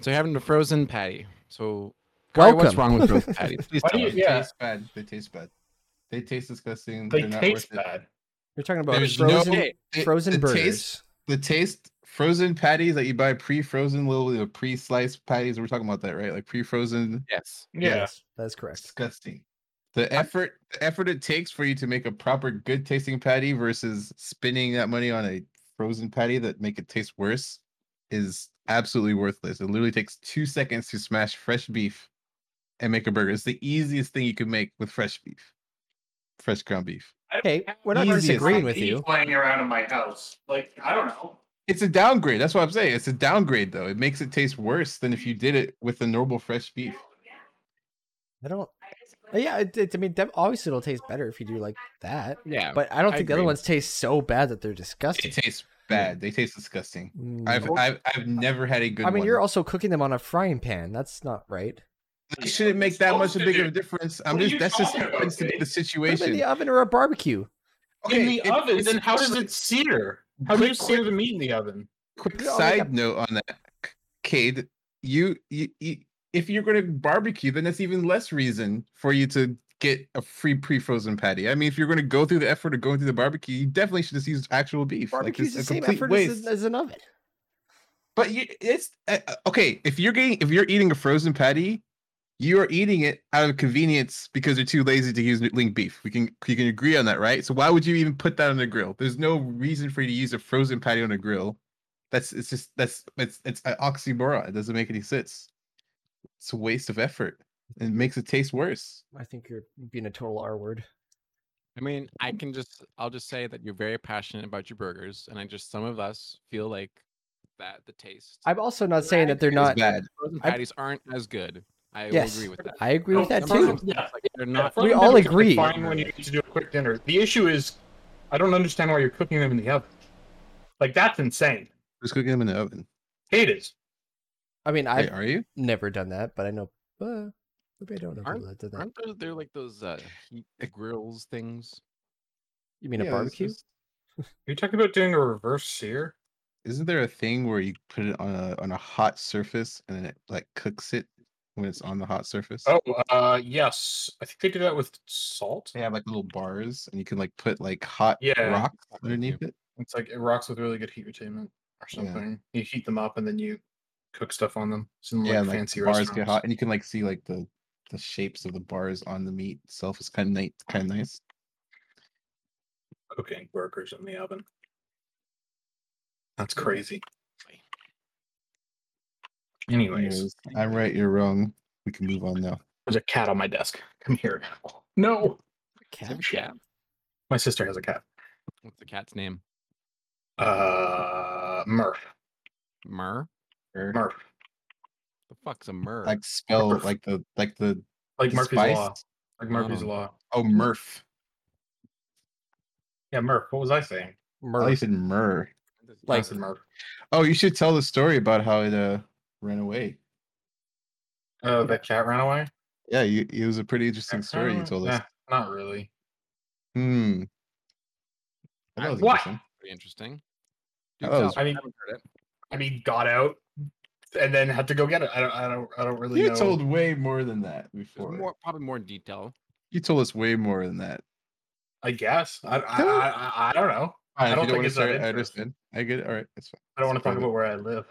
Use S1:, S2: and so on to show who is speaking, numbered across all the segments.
S1: So you're having a frozen patty. So Kari, what's
S2: Welcome.
S1: wrong with frozen patty? Please
S3: Why do
S1: tell
S3: you-
S1: me.
S3: yeah.
S4: They taste bad. They taste bad. They taste disgusting.
S3: They
S4: They're not
S3: taste
S4: worth it.
S3: bad.
S2: You're talking about
S4: There's no
S2: frozen,
S1: way.
S4: It-
S2: frozen
S4: the
S2: burgers.
S4: Taste, the taste frozen patties that you buy pre-frozen, little you know, pre-sliced patties. We're talking about that, right? Like pre-frozen.
S1: Yes.
S3: Yeah.
S2: That's correct.
S4: Disgusting. The effort, the effort it takes for you to make a proper good tasting patty versus spending that money on a frozen patty that make it taste worse is absolutely worthless. It literally takes two seconds to smash fresh beef and make a burger. It's the easiest thing you can make with fresh beef, fresh ground beef.
S2: Hey, we're not
S4: Easy as
S2: disagreeing
S4: that.
S2: with you.
S3: Playing around in my house, like I don't know.
S4: It's a downgrade. That's what I'm saying. It's a downgrade, though. It makes it taste worse than if you did it with the normal fresh beef.
S2: I don't. Yeah, it, it, I mean, def- obviously it'll taste better if you do like that.
S1: Yeah.
S2: But I don't
S1: I
S2: think the other
S1: agree.
S2: ones taste so bad that they're
S4: It
S2: disgusting.
S4: tastes bad. They taste disgusting.
S2: Mm.
S4: I've I've, I've never had a good.
S2: I mean,
S4: one.
S2: you're also cooking them on a frying pan. That's not right.
S4: It shouldn't make that much
S3: Supposed
S4: of
S3: to
S4: big of
S3: do.
S4: a difference. I'm
S3: What are
S4: just
S3: you
S4: that's just
S3: talking about,
S4: happens to be
S3: Jake?
S4: the
S2: Put them
S4: situation.
S2: in the oven or a barbecue.
S3: in the
S4: it-
S3: oven,
S4: it's
S3: then how does
S4: actually-
S3: it sear? How do you
S4: Quick-
S3: sear the meat in the oven?
S4: Quick
S2: Oh, yeah.
S4: side note on that, Cade. You, you you if you're going to barbecue, then that's even less reason for you to get a free pre-frozen patty. I mean, if you're going to go through the effort of going through the barbecue, you definitely should just use actual beef.
S2: Barbecue's
S4: like it's
S2: the
S4: a
S2: same
S4: complete
S2: effort
S4: waste.
S2: as, a- as an oven.
S4: But you, it's uh, uh, okay if you're getting if you're eating a frozen patty, you are eating it out of convenience because you're too lazy to use link beef. We can you can agree on that, right? So why would you even put that on the grill? There's no reason for you to use a frozen patty on a grill. That's it's just that's it's it's an oxymoron. It doesn't make any sense. It's a waste of effort. It makes it taste worse.
S2: I think you're being a total R word.
S1: I mean, I can just I'll just say that you're very passionate about your burgers, and I just some of us feel like that the taste.
S2: I'm also not saying that they're
S4: It's
S2: not.
S4: bad.
S1: frozen
S2: I-
S1: patties aren't as good. I
S2: Yes.
S1: will agree with that.
S2: I agree with
S3: No,
S2: that
S1: Some of
S2: too.
S1: them taste
S3: Yeah.
S1: like they're not.
S2: We
S3: Frozen
S2: all
S3: dinners are
S2: agree.
S3: Fine when you need to do a quick dinner. The issue is, I don't understand why you're cooking them in the oven. Like that's insane.
S4: Just cooking them in the oven.
S3: Hate is.
S2: I mean,
S4: Wait,
S2: I've
S4: are you?
S2: never done that, but I know. Uh, maybe I don't know people that did that.
S1: Aren't those they're like those uh, heat grills things?
S2: You mean a
S4: Yeah, it's
S2: barbecue?
S4: just-
S3: You're talking about doing a reverse sear.
S4: Isn't there a thing where you put it on a on a hot surface and then it like cooks it when it's on the hot surface?
S3: Oh, uh, yes. I think they do that with salt.
S4: They have like little bars and you can like put like hot
S3: Yeah.
S4: rocks
S1: Fuck with
S4: underneath it.
S3: It's like it rocks with really good heat retainment or
S4: Yeah.
S3: something. You heat them up and then you cook stuff on them. It's in like
S4: yeah, and, like
S3: fancy
S4: the bars get
S3: restaurants.
S4: hot and you can like see like the the shapes of the bars on the meat itself is kind of nice, kind of nice.
S3: Cooking burgers in the oven. That's crazy. Anyways,
S4: Anyways, I'm right, you're wrong. We can move on now.
S3: there's a cat on my desk. Come here. No.
S2: Cat?
S3: Cat. My sister has a cat.
S1: What's the cat's name?
S3: Uh, Murph.
S1: Myrrh.
S4: Or,
S3: Murph.
S1: The fuck's a myrrh?
S4: Like spell
S3: Murph.
S4: like the like the
S3: Like
S4: the
S3: Murphy's
S4: spice.
S3: Law. Like Murphy's
S1: Oh.
S3: Law.
S4: Oh Murph.
S3: Yeah, Murph. What was I saying?
S4: Oh, you
S2: Murph.
S4: said Murr.
S3: I
S2: Like-
S3: said Murph.
S4: Oh, you should tell the story about how it uh ran away.
S3: Oh, the cat ran away?
S4: Yeah, you, it was a pretty interesting story you
S3: Uh,
S4: told us.
S3: nah, not really.
S4: Hmm.
S1: I-
S4: That was
S3: What?
S4: interesting.
S1: Pretty interesting.
S4: I
S1: Do
S2: Oh,
S4: thought it
S1: tell.
S4: was-
S3: I mean-
S1: haven't heard it.
S3: I mean, got out and then had to go get it. I don't, I don't, I don't really
S4: You
S3: know.
S4: told way more than that before.
S1: There's more, probably more detail.
S4: You told us way more than that.
S3: I guess. I, I,
S4: Tell-
S3: I, I, I don't know.
S4: Fine, if
S3: don't
S4: you
S3: think
S4: wanna
S3: it's that
S4: start it, I
S3: interesting.
S4: understand. I get it. All right, that's fine.
S3: I don't want to talk
S4: Private.
S3: about where I live.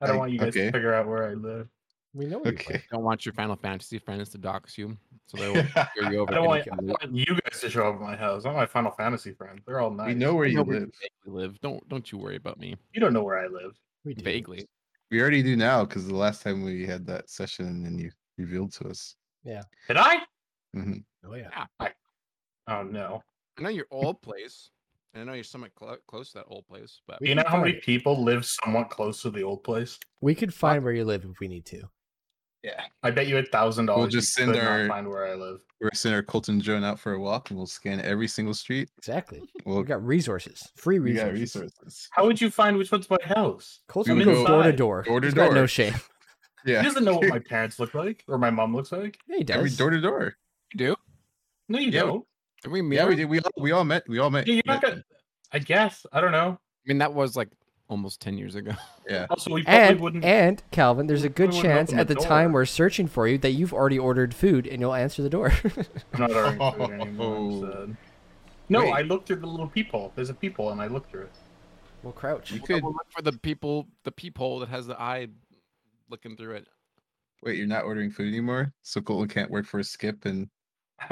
S3: I don't
S4: I-
S3: want you guys
S4: okay.
S3: to figure out where I live.
S2: We know. you
S4: Okay.
S1: Don't want your Final Fantasy friends to dox you, so they will scare you over.
S3: I don't,
S1: and
S3: want, I
S1: kill
S3: don't
S1: you.
S3: want you guys to show up at my house. Not my Final Fantasy friends. They're all nice.
S4: We know where
S1: I
S4: you
S1: know where
S4: live.
S1: vaguely live. Don't don't you worry about me.
S3: you don't know where I live.
S2: We do.
S1: Vaguely.
S4: We already do now because the last time we had that session and then you revealed to us.
S3: Did I?
S4: Mhm.
S2: Oh yeah.
S3: Oh no.
S1: I know your old place, and I know you're somewhat clo close to that old place, but
S2: We
S3: Do you know
S2: can
S3: how
S2: find
S3: many
S2: it.
S3: people live somewhat close to the old place?
S2: We could find where you live if we need to.
S3: Yeah. I bet you a thousand dollars. you
S4: just send
S3: could not
S4: our-
S3: find where I live.
S4: We're gonna send our Colton Joan out for a walk and we'll scan every single street.
S2: Exactly.
S4: Well,
S2: We got resources. Free
S4: we
S2: resources.
S4: got resources.
S3: How would you find which one's my house?
S2: Colton
S4: We
S2: would go
S4: would
S2: door to
S3: go
S2: door.
S4: door to
S2: He's got No
S4: door.
S2: shame.
S4: Yeah,
S3: He doesn't know what my parents look like or my mom looks like.
S2: Yeah, he does.
S4: every door to door.
S1: you do.
S3: No, you
S4: Yeah, we-
S3: don't.
S1: Did we meet?
S4: Yeah, we did. We all we all met. We all met.
S3: Yeah, you're not
S4: met-
S3: gonna. I guess I don't know.
S1: I mean, that was like almost 10 years ago.
S4: Yeah.
S3: Also, we probably
S2: And
S3: wouldn't.
S2: and Calvin, there's a
S3: we
S2: good
S3: wouldn't
S2: chance
S3: open
S2: at
S3: the
S2: the time
S3: door.
S2: we're searching for you that you've already ordered food and you'll answer the door.
S3: I'm not ordering food anymore. I'm sad. No,
S4: Oh. Wait.
S3: I looked through the little peephole. There's a peephole, and I looked through it.
S2: we'll crouch.
S4: You
S1: We'll
S4: could
S1: double look for the people, the peephole that has the eye looking through it.
S4: wait. You're not ordering food anymore, so Colton can't work for a skip and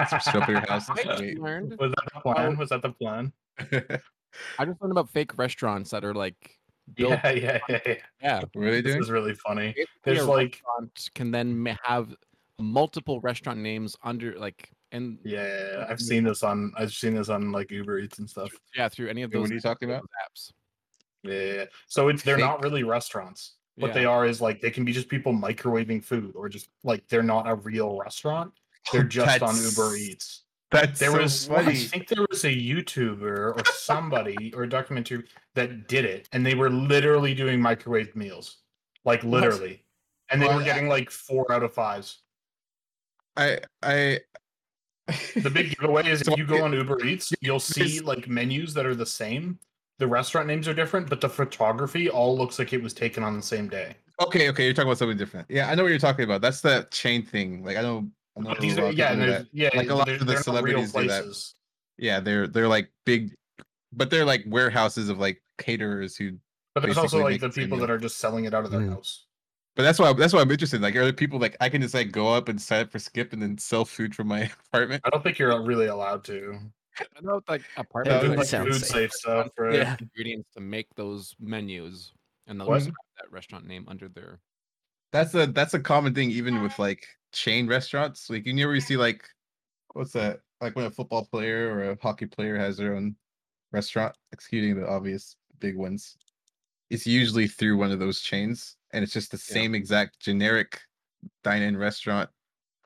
S4: switch up your house.
S1: I just
S4: Wait.
S1: learned.
S3: Was that the plan? Was that the plan?
S1: I just learned about fake restaurants that are like built.
S3: Yeah, yeah, yeah. yeah.
S1: Yeah.
S4: what are they
S3: This
S4: doing?
S3: is really funny.
S1: Basically,
S3: There's
S1: a
S3: like,
S1: restaurant can then ma- have multiple restaurant names under like and
S3: yeah, I've seen this on, I've seen this on like Uber Eats and stuff.
S1: yeah through any of
S4: Wait,
S1: those
S4: what are you talking about?
S1: those apps.
S3: Yeah, yeah, yeah. So it's they're not
S4: Fake.
S3: really restaurants. What
S1: Yeah.
S3: they are is like they can be just people microwaving food, or just like they're not a real restaurant. They're just on
S4: That's-
S3: Uber Eats.
S4: That's
S3: There
S4: so
S3: was, I
S4: funny.
S3: think there was a YouTuber or somebody or a documentary that did it, and they were literally doing microwave meals, like
S1: What?
S3: literally, and they
S4: Well,
S3: were getting like four out of fives.
S4: I I
S3: The big giveaway is
S4: So
S3: if you go
S4: it-
S3: on Uber Eats, you'll see
S4: this-
S3: like menus that are the same. The restaurant names are different, but the photography all looks like it was taken on the same day.
S4: okay okay. You're talking about something different. Yeah, I know what you're talking about. That's that chain thing. Like I know. Oh, I know
S3: But these
S4: a lot
S3: are
S4: of
S3: yeah,
S4: people
S3: and
S4: do
S3: there's,
S4: that.
S3: yeah,
S4: Like, a lot
S3: they're-
S4: of the
S3: they're not real
S4: celebrities do that.
S3: places.
S4: Yeah, they're they're like big, but they're like warehouses of like caterers who.
S3: But there's also
S4: Basically
S3: like the
S4: make the
S3: people
S4: meal.
S3: that are just selling it out of their
S2: Mm.
S3: house.
S4: But that's why that's why I'm interested. Like, are there people like I can just like go up and sign up for Skip and then sell food from my apartment?
S3: I don't think you're really allowed to.
S1: I know like
S3: They
S1: apartment
S2: Yeah,
S3: do,
S2: that
S3: like,
S2: sounds
S3: food
S2: safe.
S3: safe stuff, right?
S2: Yeah.
S1: ingredients to make those menus and they'll
S3: What?
S1: just have that restaurant name under their
S4: That's a that's a common thing even with like chain restaurants. Like you never see like what's that? Like when a football player or a hockey player has their own restaurant, excluding the obvious big ones. It's usually through one of those chains and it's just the
S1: Yeah.
S4: same exact generic dine in restaurant,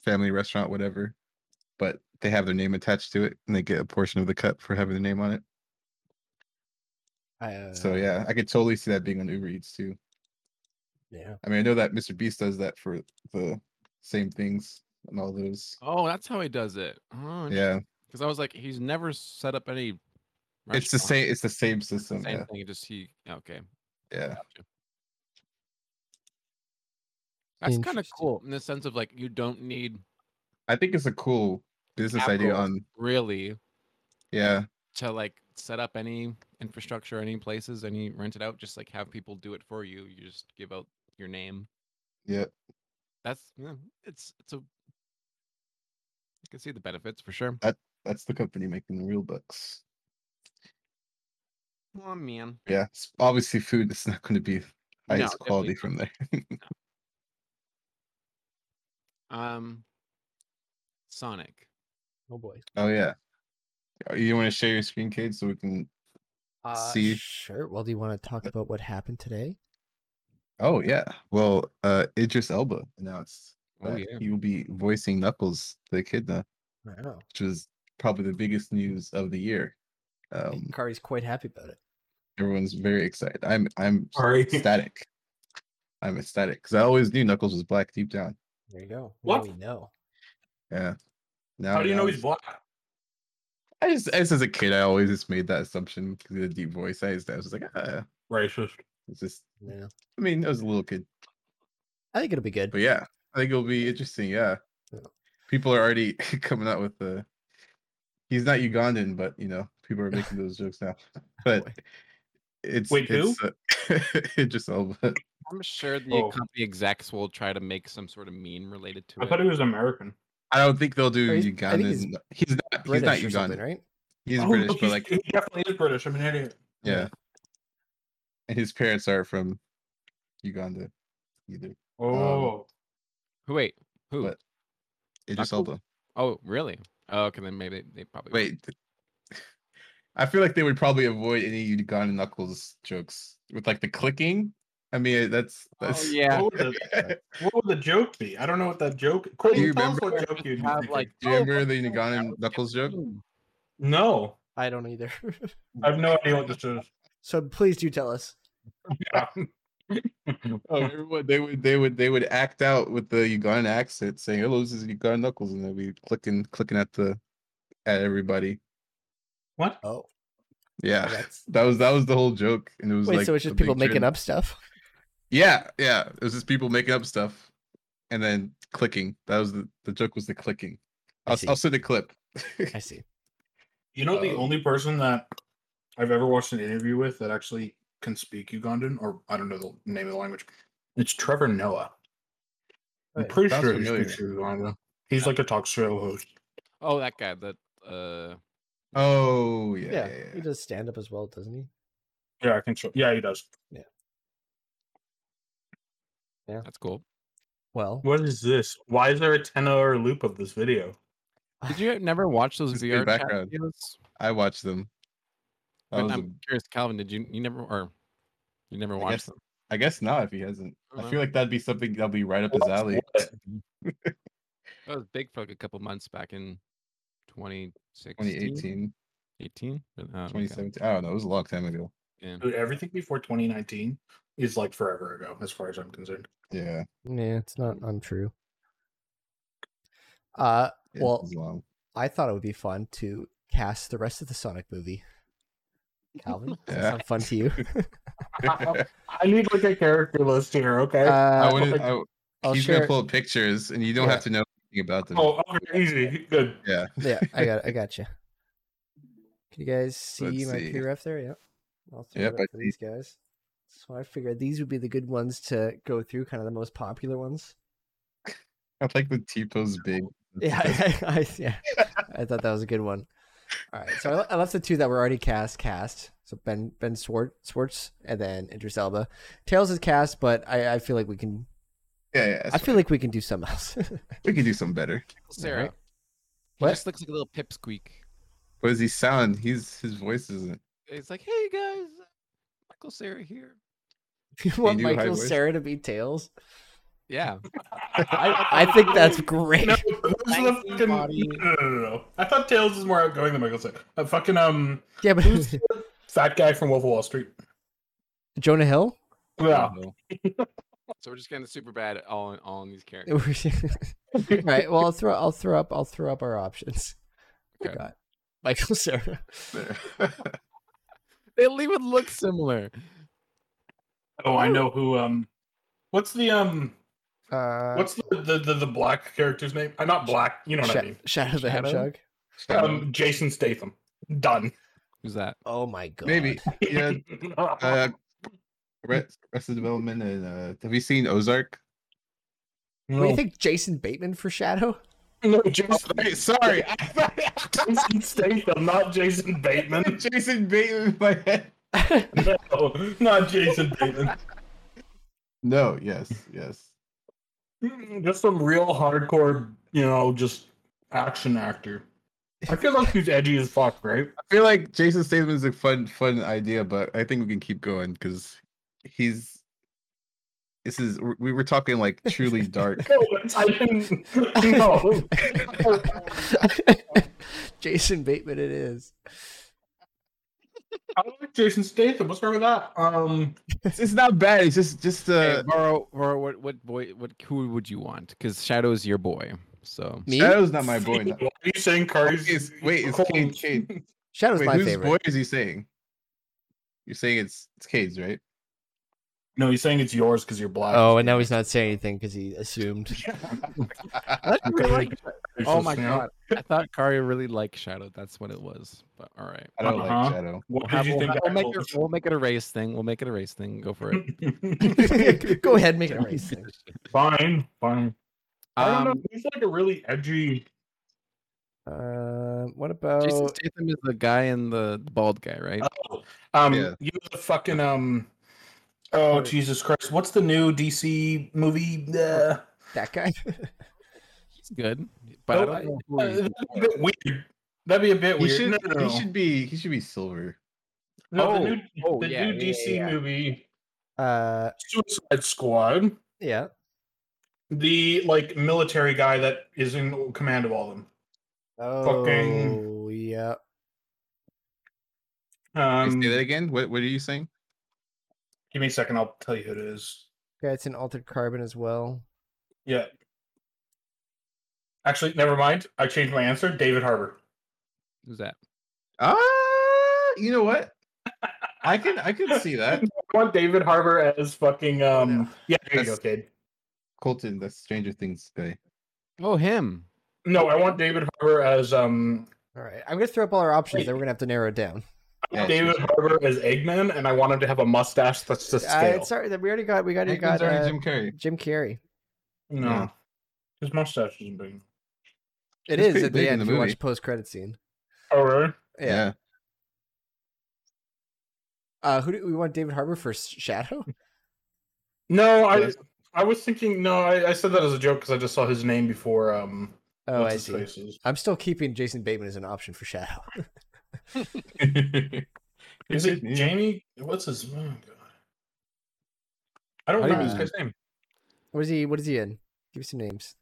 S4: family restaurant, whatever. But they have their name attached to it and they get a portion of the cut for having their name on it.
S2: Uh,
S4: So yeah, I could totally see that being on Uber Eats too.
S2: yeah.
S4: I mean, I know that Mr. Beast does that for the same things and all those.
S1: Oh, that's how he does it. Oh,
S4: Yeah,
S1: Because I was like, he's never set up any.
S4: it's the
S1: restaurant.
S4: same. It's the same system.
S1: Same thing. Just he. Okay.
S4: Yeah, yeah.
S1: gotcha. That's kind of
S2: Interesting.
S1: cool in the sense of like you don't need
S4: I think it's a cool business idea.
S1: Capital.
S4: On
S1: really
S4: yeah,
S1: to like set up any infrastructure, any places, any rent it out. Just like have people do it for you. You just give out your name.
S4: yeah.
S1: That's yeah, it's it's a. I can see the benefits for sure.
S4: That's the company making the real bucks.
S1: Oh man,
S4: Yeah, it's obviously food. It's not going to be
S1: No,
S4: highest
S1: definitely
S4: quality
S1: not.
S4: from there.
S1: um, Sonic.
S2: Oh boy.
S4: oh yeah. Oh, You want to share your screen, Cade, so we can?
S2: Uh,
S4: See-
S2: Sure. Well, do you want to talk about what happened today?
S4: Oh yeah. Well, uh Idris Elba announced
S1: Oh
S4: that
S1: yeah.
S4: he will be voicing Knuckles, the kid now,
S2: Wow.
S4: which was probably the biggest news of the year. Um,
S2: Kari's quite happy about it.
S4: everyone's very excited. I'm I'm
S3: Sorry.
S4: ecstatic. I'm ecstatic because I always knew Knuckles was black deep down.
S2: There you go.
S3: What?
S2: Now we know.
S4: Yeah. Now,
S3: How do you know
S4: now
S3: he's black?
S4: I just, I just as a kid, I always just made that assumption because of the deep voice. I, just, I was just like, ah,
S3: Racist.
S4: it's just.
S2: Yeah.
S4: I mean, I was a little kid,
S2: I think it'll be good.
S4: but yeah, I think it'll be interesting. Yeah,
S2: Yeah.
S4: people are already coming out with the. He's not Ugandan, but you know, people are making those jokes now. But
S2: boy.
S4: it's
S3: Wait, who?
S4: it's, Uh, just Elba.
S1: I'm sure the
S3: Oh.
S1: company execs will try to make some sort of meme related to
S3: I
S1: it.
S3: thought he was American.
S4: I don't think they'll do
S2: Or he's- I think
S4: Ugandan.
S2: he's
S4: He's, not. He's
S2: British
S4: not
S2: or something,
S4: Ugandan.
S2: right?
S4: He's
S3: Oh,
S4: British,
S3: look,
S4: but
S3: he's-
S4: like
S3: he definitely is British. I'm an idiot.
S4: yeah. And his parents are from Uganda, either.
S3: Oh,
S1: Who? Wait, who?
S4: What? Idris
S2: Ah,
S1: cool.
S4: Elba.
S1: Oh, really? Oh, okay, then maybe they probably
S4: Wait, th- I feel like they would probably avoid any Uganda knuckles jokes with like the clicking. I mean, that's that's.
S1: Oh, yeah.
S3: what, would the, what would the joke be? I don't know what that joke.
S4: Do
S3: Courtney,
S4: you
S3: tell us
S4: remember-
S3: what joke
S1: Just
S3: you'd be
S1: have
S3: thinking.
S1: like.
S4: Do you remember
S1: but
S4: the
S1: no,
S4: Ugandan
S1: that was
S4: knuckles joke?
S1: Cameroon.
S3: No,
S2: I don't either.
S3: I have no idea what this is.
S2: so please do tell us.
S4: Oh, everyone, they would they would they would act out with the Ugandan accent, saying "Hello, this is Ugandan knuckles," and they'd be clicking clicking at the at everybody.
S3: What?
S2: Oh,
S4: Yeah,
S2: That's-
S4: that was that was the whole joke, and it was
S2: Wait,
S4: like
S2: so it's
S4: a
S2: just people
S4: big
S2: making
S4: trend.
S2: up stuff?
S4: Yeah, yeah, it was just people making up stuff, and then clicking. That was the the joke was the clicking.
S2: I
S4: I'll
S2: see.
S4: I'll send a clip.
S2: I see.
S3: You know, the
S4: Um,
S3: only person that I've ever watched an interview with that actually can speak Ugandan, or I don't know the name of the language, it's Trevor Noah. I'm
S2: Wait,
S3: pretty
S4: sounds
S3: sure he
S4: familiar.
S3: speaks Ugandan. He's like a talk show host.
S1: Oh, that guy. That uh,
S4: Oh yeah,
S2: Yeah,
S4: yeah, yeah.
S2: he does stand up as well, doesn't he?
S3: Yeah, I think so. Yeah, he does.
S1: that's cool.
S2: Well,
S3: What is this? Why is there a 10 hour loop of this video?
S1: Did you never watch those
S4: Just
S1: VR
S4: good
S1: chat
S4: background.
S1: videos?
S4: I watched them. I,
S1: But
S4: was
S1: I'm curious, Calvin. Did you you never or you never
S4: guess-
S1: watched them?
S4: a- I guess not if he hasn't. I
S1: Uh-huh.
S4: feel like that'd be something that'll be right up his alley.
S1: That was big for like a couple months back in 2016,
S4: 2018,
S1: 18? Uh, Oh, okay.
S4: 2017. I don't know. It was a long time ago.
S1: Yeah.
S3: Dude, everything before 2019 is like forever ago, as far as I'm concerned.
S4: Yeah.
S2: yeah, it's not untrue. Uh,
S4: it
S2: Well,
S4: was long.
S2: I thought it would be fun to cast the rest of the Sonic movie. Calvin, does that
S4: Yeah.
S2: sound fun to you?
S3: I need like a character list here, okay?
S4: I
S2: Uh,
S4: wouldn't.
S3: like-
S4: I,
S2: I'll
S4: he's
S2: share.
S4: gonna pull up pictures, and you don't
S2: Yeah.
S4: have to know anything about them.
S3: oh, okay, easy. Good.
S4: Yeah.
S2: yeah, I got, I got you. Can you guys see
S4: Let's
S2: my
S4: see.
S2: PRF there? Yep. I'll throw
S4: Yep,
S2: it
S4: I
S2: up for these guys. So I figured these would be the good ones to go through, kind of the most popular ones.
S4: I like the T-pose big.
S2: Yeah, I, I, yeah. I thought that was a good one. All right, so I, le- I left the two that were already cast. Cast so Ben Ben Swart, Swartz and then Idris Elba. Tails is cast, but I, I feel like we can.
S4: Yeah, yeah.
S2: I feel like we can do something else.
S4: we could do something better.
S1: Sarah. He
S2: What?
S1: just looks like a little pipsqueak.
S4: What does he sound? He's his voice isn't.
S1: It's like, hey guys, uh, Michael Sarah here.
S2: you want
S4: do high
S2: Michael
S4: voice?
S2: Sarah to be Tails?
S1: Yeah.
S2: I think that's great.
S3: No, who's the
S1: Spicy
S3: fucking, no,
S1: body.
S3: no, no, no. I thought Tails was more outgoing than Michael said. Uh, fucking um,
S2: Yeah, but
S3: who's the fat guy from Wolf of Wall Street?
S2: Jonah Hill.
S3: Yeah,
S1: So we're just getting the super bad all in all in these characters.
S2: All right. Well, I'll throw. I'll throw up. I'll throw up our options. We
S1: Okay.
S2: got Michael Sarah.
S1: They even look similar.
S3: Oh, I know who. Um, what's the um,
S2: Uh,
S3: what's the the, the, the black character's name? I'm not black. You know what I mean.
S2: Sha- Shadow the
S1: Shadow?
S2: Hedgehog?
S3: Um, Jason Statham. Done.
S1: Who's that?
S2: Oh my god.
S4: Maybe. Yeah. Uh, Rest Arrested Development and uh, have you seen Ozark?
S3: no,
S2: What do you think, Jason Bateman for Shadow?
S3: no, Jason,
S4: Oh, Wait, sorry, I thought
S3: Jason Statham, not Jason Bateman.
S4: Jason Bateman in my head.
S3: No, not Jason Bateman.
S4: No, yes, yes.
S3: Mm, Just some real hardcore, you know, just action actor. I feel like he's edgy as fuck, right?
S4: I feel like Jason Statham is a fun, fun idea, but I think we can keep going because he's. This is we were talking like truly dark.
S3: No, I didn't. No.
S2: Jason Bateman, it is.
S3: I like Jason Statham. What's wrong with that? Um,
S4: it's, it's not bad. It's just just
S1: Hey,
S4: uh,
S1: Varro, Varro, what what boy what who would you want? Because Shadow's your boy. So
S2: Me?
S4: Shadow's not my boy. no.
S3: Why are you saying Curry's?
S4: Wait, it's- wait, it's Cade. Cade.
S2: Shadow's
S4: Wait,
S2: my
S4: whose
S2: favorite.
S4: boy is he saying? You're saying it's it's Cade's, right?
S3: No, he's saying it's yours because you're black.
S2: Oh, and now he's not saying anything because he assumed.
S1: I thought you really
S3: Okay.
S1: liked- oh my god. I thought Kari really liked Shadow. That's what it was. But all right.
S4: I don't
S3: Uh-huh.
S4: like Shadow.
S3: What
S1: Have-
S3: did you
S1: we'll,
S3: think?
S1: ha-
S3: I
S1: we'll, make
S3: told
S1: it, we'll make it a race thing. We'll make it a race thing. Go for it.
S3: you?
S2: Go ahead, make it a race thing.
S3: fine, fine. I don't know.
S1: Um,
S3: He's like a really edgy.
S2: Uh, what about?
S1: Jason Statham is the guy in the the bald guy, right?
S3: Oh, um,
S4: Yeah.
S3: you know the fucking um. Oh Jesus Christ! What's the new DC movie? Uh,
S2: that guy?
S1: He's good, but
S3: no,
S1: I
S3: I-
S1: don't know who
S3: uh,
S1: he's
S3: that'd be a bit weird. That'd be a bit
S4: He
S3: weird.
S4: should
S3: No, no, no.
S4: he should be he should be silver.
S3: No, the
S1: Oh,
S3: new,
S1: oh,
S3: the
S1: yeah,
S3: new
S1: yeah,
S3: DC
S1: yeah, yeah.
S3: movie,
S2: Uh,
S3: Suicide Squad,
S2: yeah.
S3: the like military guy that is in command of all of them.
S2: Oh,
S3: Fucking-
S2: yeah.
S3: Um,
S4: Wait, say that
S3: give
S4: again. What what are you saying?
S3: me a second. I'll tell you who it is.
S2: Yeah, it's an altered carbon as well.
S3: Yeah. Actually, never mind. I changed my answer. David Harbor.
S1: who's that?
S4: Ah, you know what? I can I can see that.
S3: I want David Harbor as fucking um. Yeah, there you go,
S4: That's-
S3: kid.
S4: Colton, the Stranger Things guy.
S1: Oh, him.
S3: No, I want David Harbor as um.
S2: All right, I'm gonna throw up all our options.
S3: Wait.
S2: Then we're gonna have to narrow it down.
S3: I want
S4: Yeah,
S3: David
S4: sure,
S3: Harbor as Eggman, and I want him to have a mustache that's the
S2: Uh,
S3: scale.
S2: sorry, that we already got we already
S4: Eggman's
S2: got uh,
S4: already
S2: Jim...
S4: Jim
S2: Carrey.
S4: Carrey.
S3: no,
S4: Yeah.
S3: his mustache isn't big.
S2: It
S4: It's
S2: is
S4: pretty
S2: at the
S4: big in
S2: end.
S4: the
S2: if you
S4: movie.
S2: watch post credit scene.
S3: Oh, really?
S2: Yeah. Uh, who do we want? David Harbour for S- Shadow?
S3: No, I
S4: Yes.
S3: I was thinking. No, I, I said that as a joke because I just saw his name before. Um,
S2: Oh, I
S3: what's his
S2: see.
S3: face is.
S2: I'm still keeping Jason Bateman as an option for Shadow.
S3: Is it Jamie? What's his? Oh, God. I don't
S1: How do you
S3: remember this
S4: even-
S3: guy's name.
S2: What is he? What is he in? Give me some names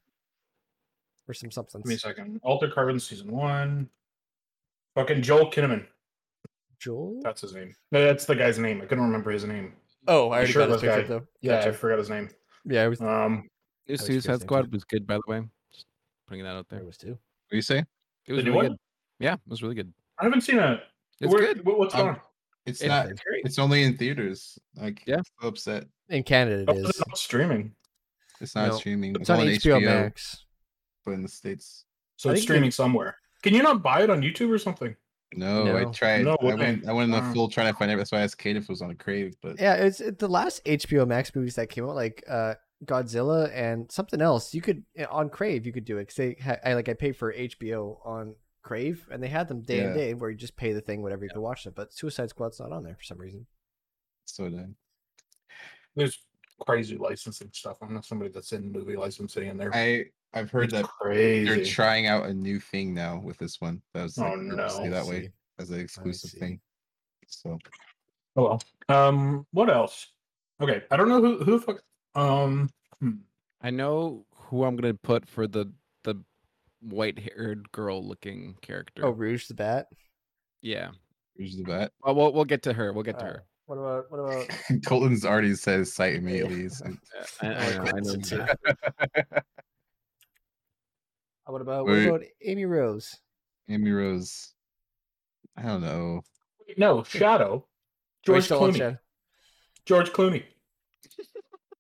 S2: or some substance.
S3: Give me a second. Alter Carbon season one. Fucking Joel Kinnaman.
S2: Joel.
S3: That's his name. No, that's the guy's name. I couldn't remember his name.
S2: Oh, I already got
S3: the
S2: his
S3: shirtless
S2: picture up,
S3: guy.
S2: though.
S3: Yeah, I
S2: Gotcha.
S3: forgot his name.
S2: Yeah, I was.
S3: Um,
S1: New
S2: was
S1: Suicide
S2: guessing.
S1: Squad was good, by the way. Just putting that out
S2: I
S1: there.
S2: was too.
S4: What you say?
S1: It was
S3: new
S1: really
S3: one?
S1: good. Yeah, it was really good.
S3: I haven't seen it.
S1: It's
S3: Where-
S1: good.
S3: what- what's
S4: Um,
S3: going on?
S4: It's
S1: It's
S4: not.
S1: great.
S4: It's only in theaters. Like,
S1: Yeah.
S4: so upset.
S2: In Canada,
S3: Oh,
S2: it
S3: it's
S2: is.
S3: not streaming.
S4: It's not
S2: No.
S4: streaming.
S2: It's on HBO, Max.
S4: but in the states.
S3: So
S2: I
S3: it's
S2: think
S3: streaming somewhere. Can you not buy it on YouTube or something?
S4: No, I
S2: No.
S4: tried.
S3: No
S4: I
S3: way.
S4: went. I went in the
S3: Wow.
S4: full trying to find it. That's why I asked Kate if it was on a crave. But
S2: Yeah, it's it, the last HBO Max movies that came out, like uh, Godzilla and something else. You could eh, on Crave, you could do it because they, ha- I like, I paid for HBO on Crave, and they had them day
S4: Yeah.
S2: and day where you just pay the thing, whatever you could watch it. But Suicide Squad's not on there for some reason.
S4: so then
S3: There's crazy licensing stuff. I'm not somebody that's in movie licensing, and they're
S4: I I've heard
S3: it's
S4: that they're
S3: crazy.
S4: trying out a new thing now with this one. That was like
S3: Oh,
S4: purposely
S3: no.
S4: that
S2: See.
S4: way as an exclusive
S2: see.
S4: thing. So
S3: oh well. Um, what else? Okay, I don't know who who. the Fuck, um, hmm.
S1: I know who I'm gonna put for the the white haired girl looking character.
S2: Oh, Rouge the Bat.
S1: yeah.
S4: here's the bet.
S1: Well, we'll we'll get to her. We'll get to
S2: Uh,
S1: her.
S2: What about what about?
S4: Colton's already says sight immediately. so-
S1: Uh, I, I
S2: Oh,
S1: know, I know.
S2: Colton, too. Uh, What about
S4: Wait.
S2: what about Amy Rose?
S4: Amy Rose. I don't know.
S1: Hmm.
S3: no Shadow. George
S2: Rachel
S3: Clooney.
S2: Olsen.
S3: George Clooney.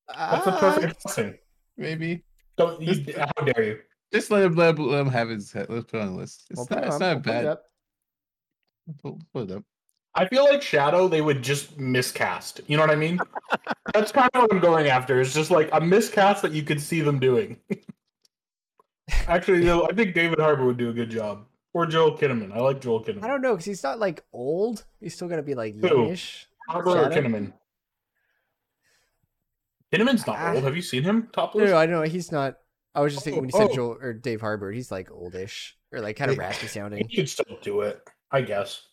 S3: That's a
S2: Ah.
S3: perfect crossing.
S4: Maybe
S3: Don't you,
S4: This-
S3: how dare you?
S4: just let him let him, let him have his. Head. Let's put it on the list. It's
S2: We'll put
S4: not.
S2: it
S4: It's
S2: on.
S4: not
S2: We'll put it
S4: bad.
S2: up.
S4: We'll put it up.
S3: I feel like Shadow they would just miscast. You know what I mean? That's kind of what I'm going after. It's just like a miscast that you could see them doing. Actually, no, I think David Harbour would do a good job. Or Joel Kinnaman. I like Joel Kinnaman.
S2: I don't know because he's not like old. He's still gonna be like
S3: Who?
S2: youngish.
S3: Harbour or
S2: Shadow?
S3: Kinnaman. Kinnaman's not
S2: Ah.
S3: old. Have you seen him? Top
S2: No,
S3: list?
S2: no, I don't know. He's not. I was just thinking when you said
S3: Oh, oh.
S2: Joel or Dave Harbour, he's like oldish or like kind of
S4: Wait.
S2: raspy sounding.
S3: He could still do it, I guess.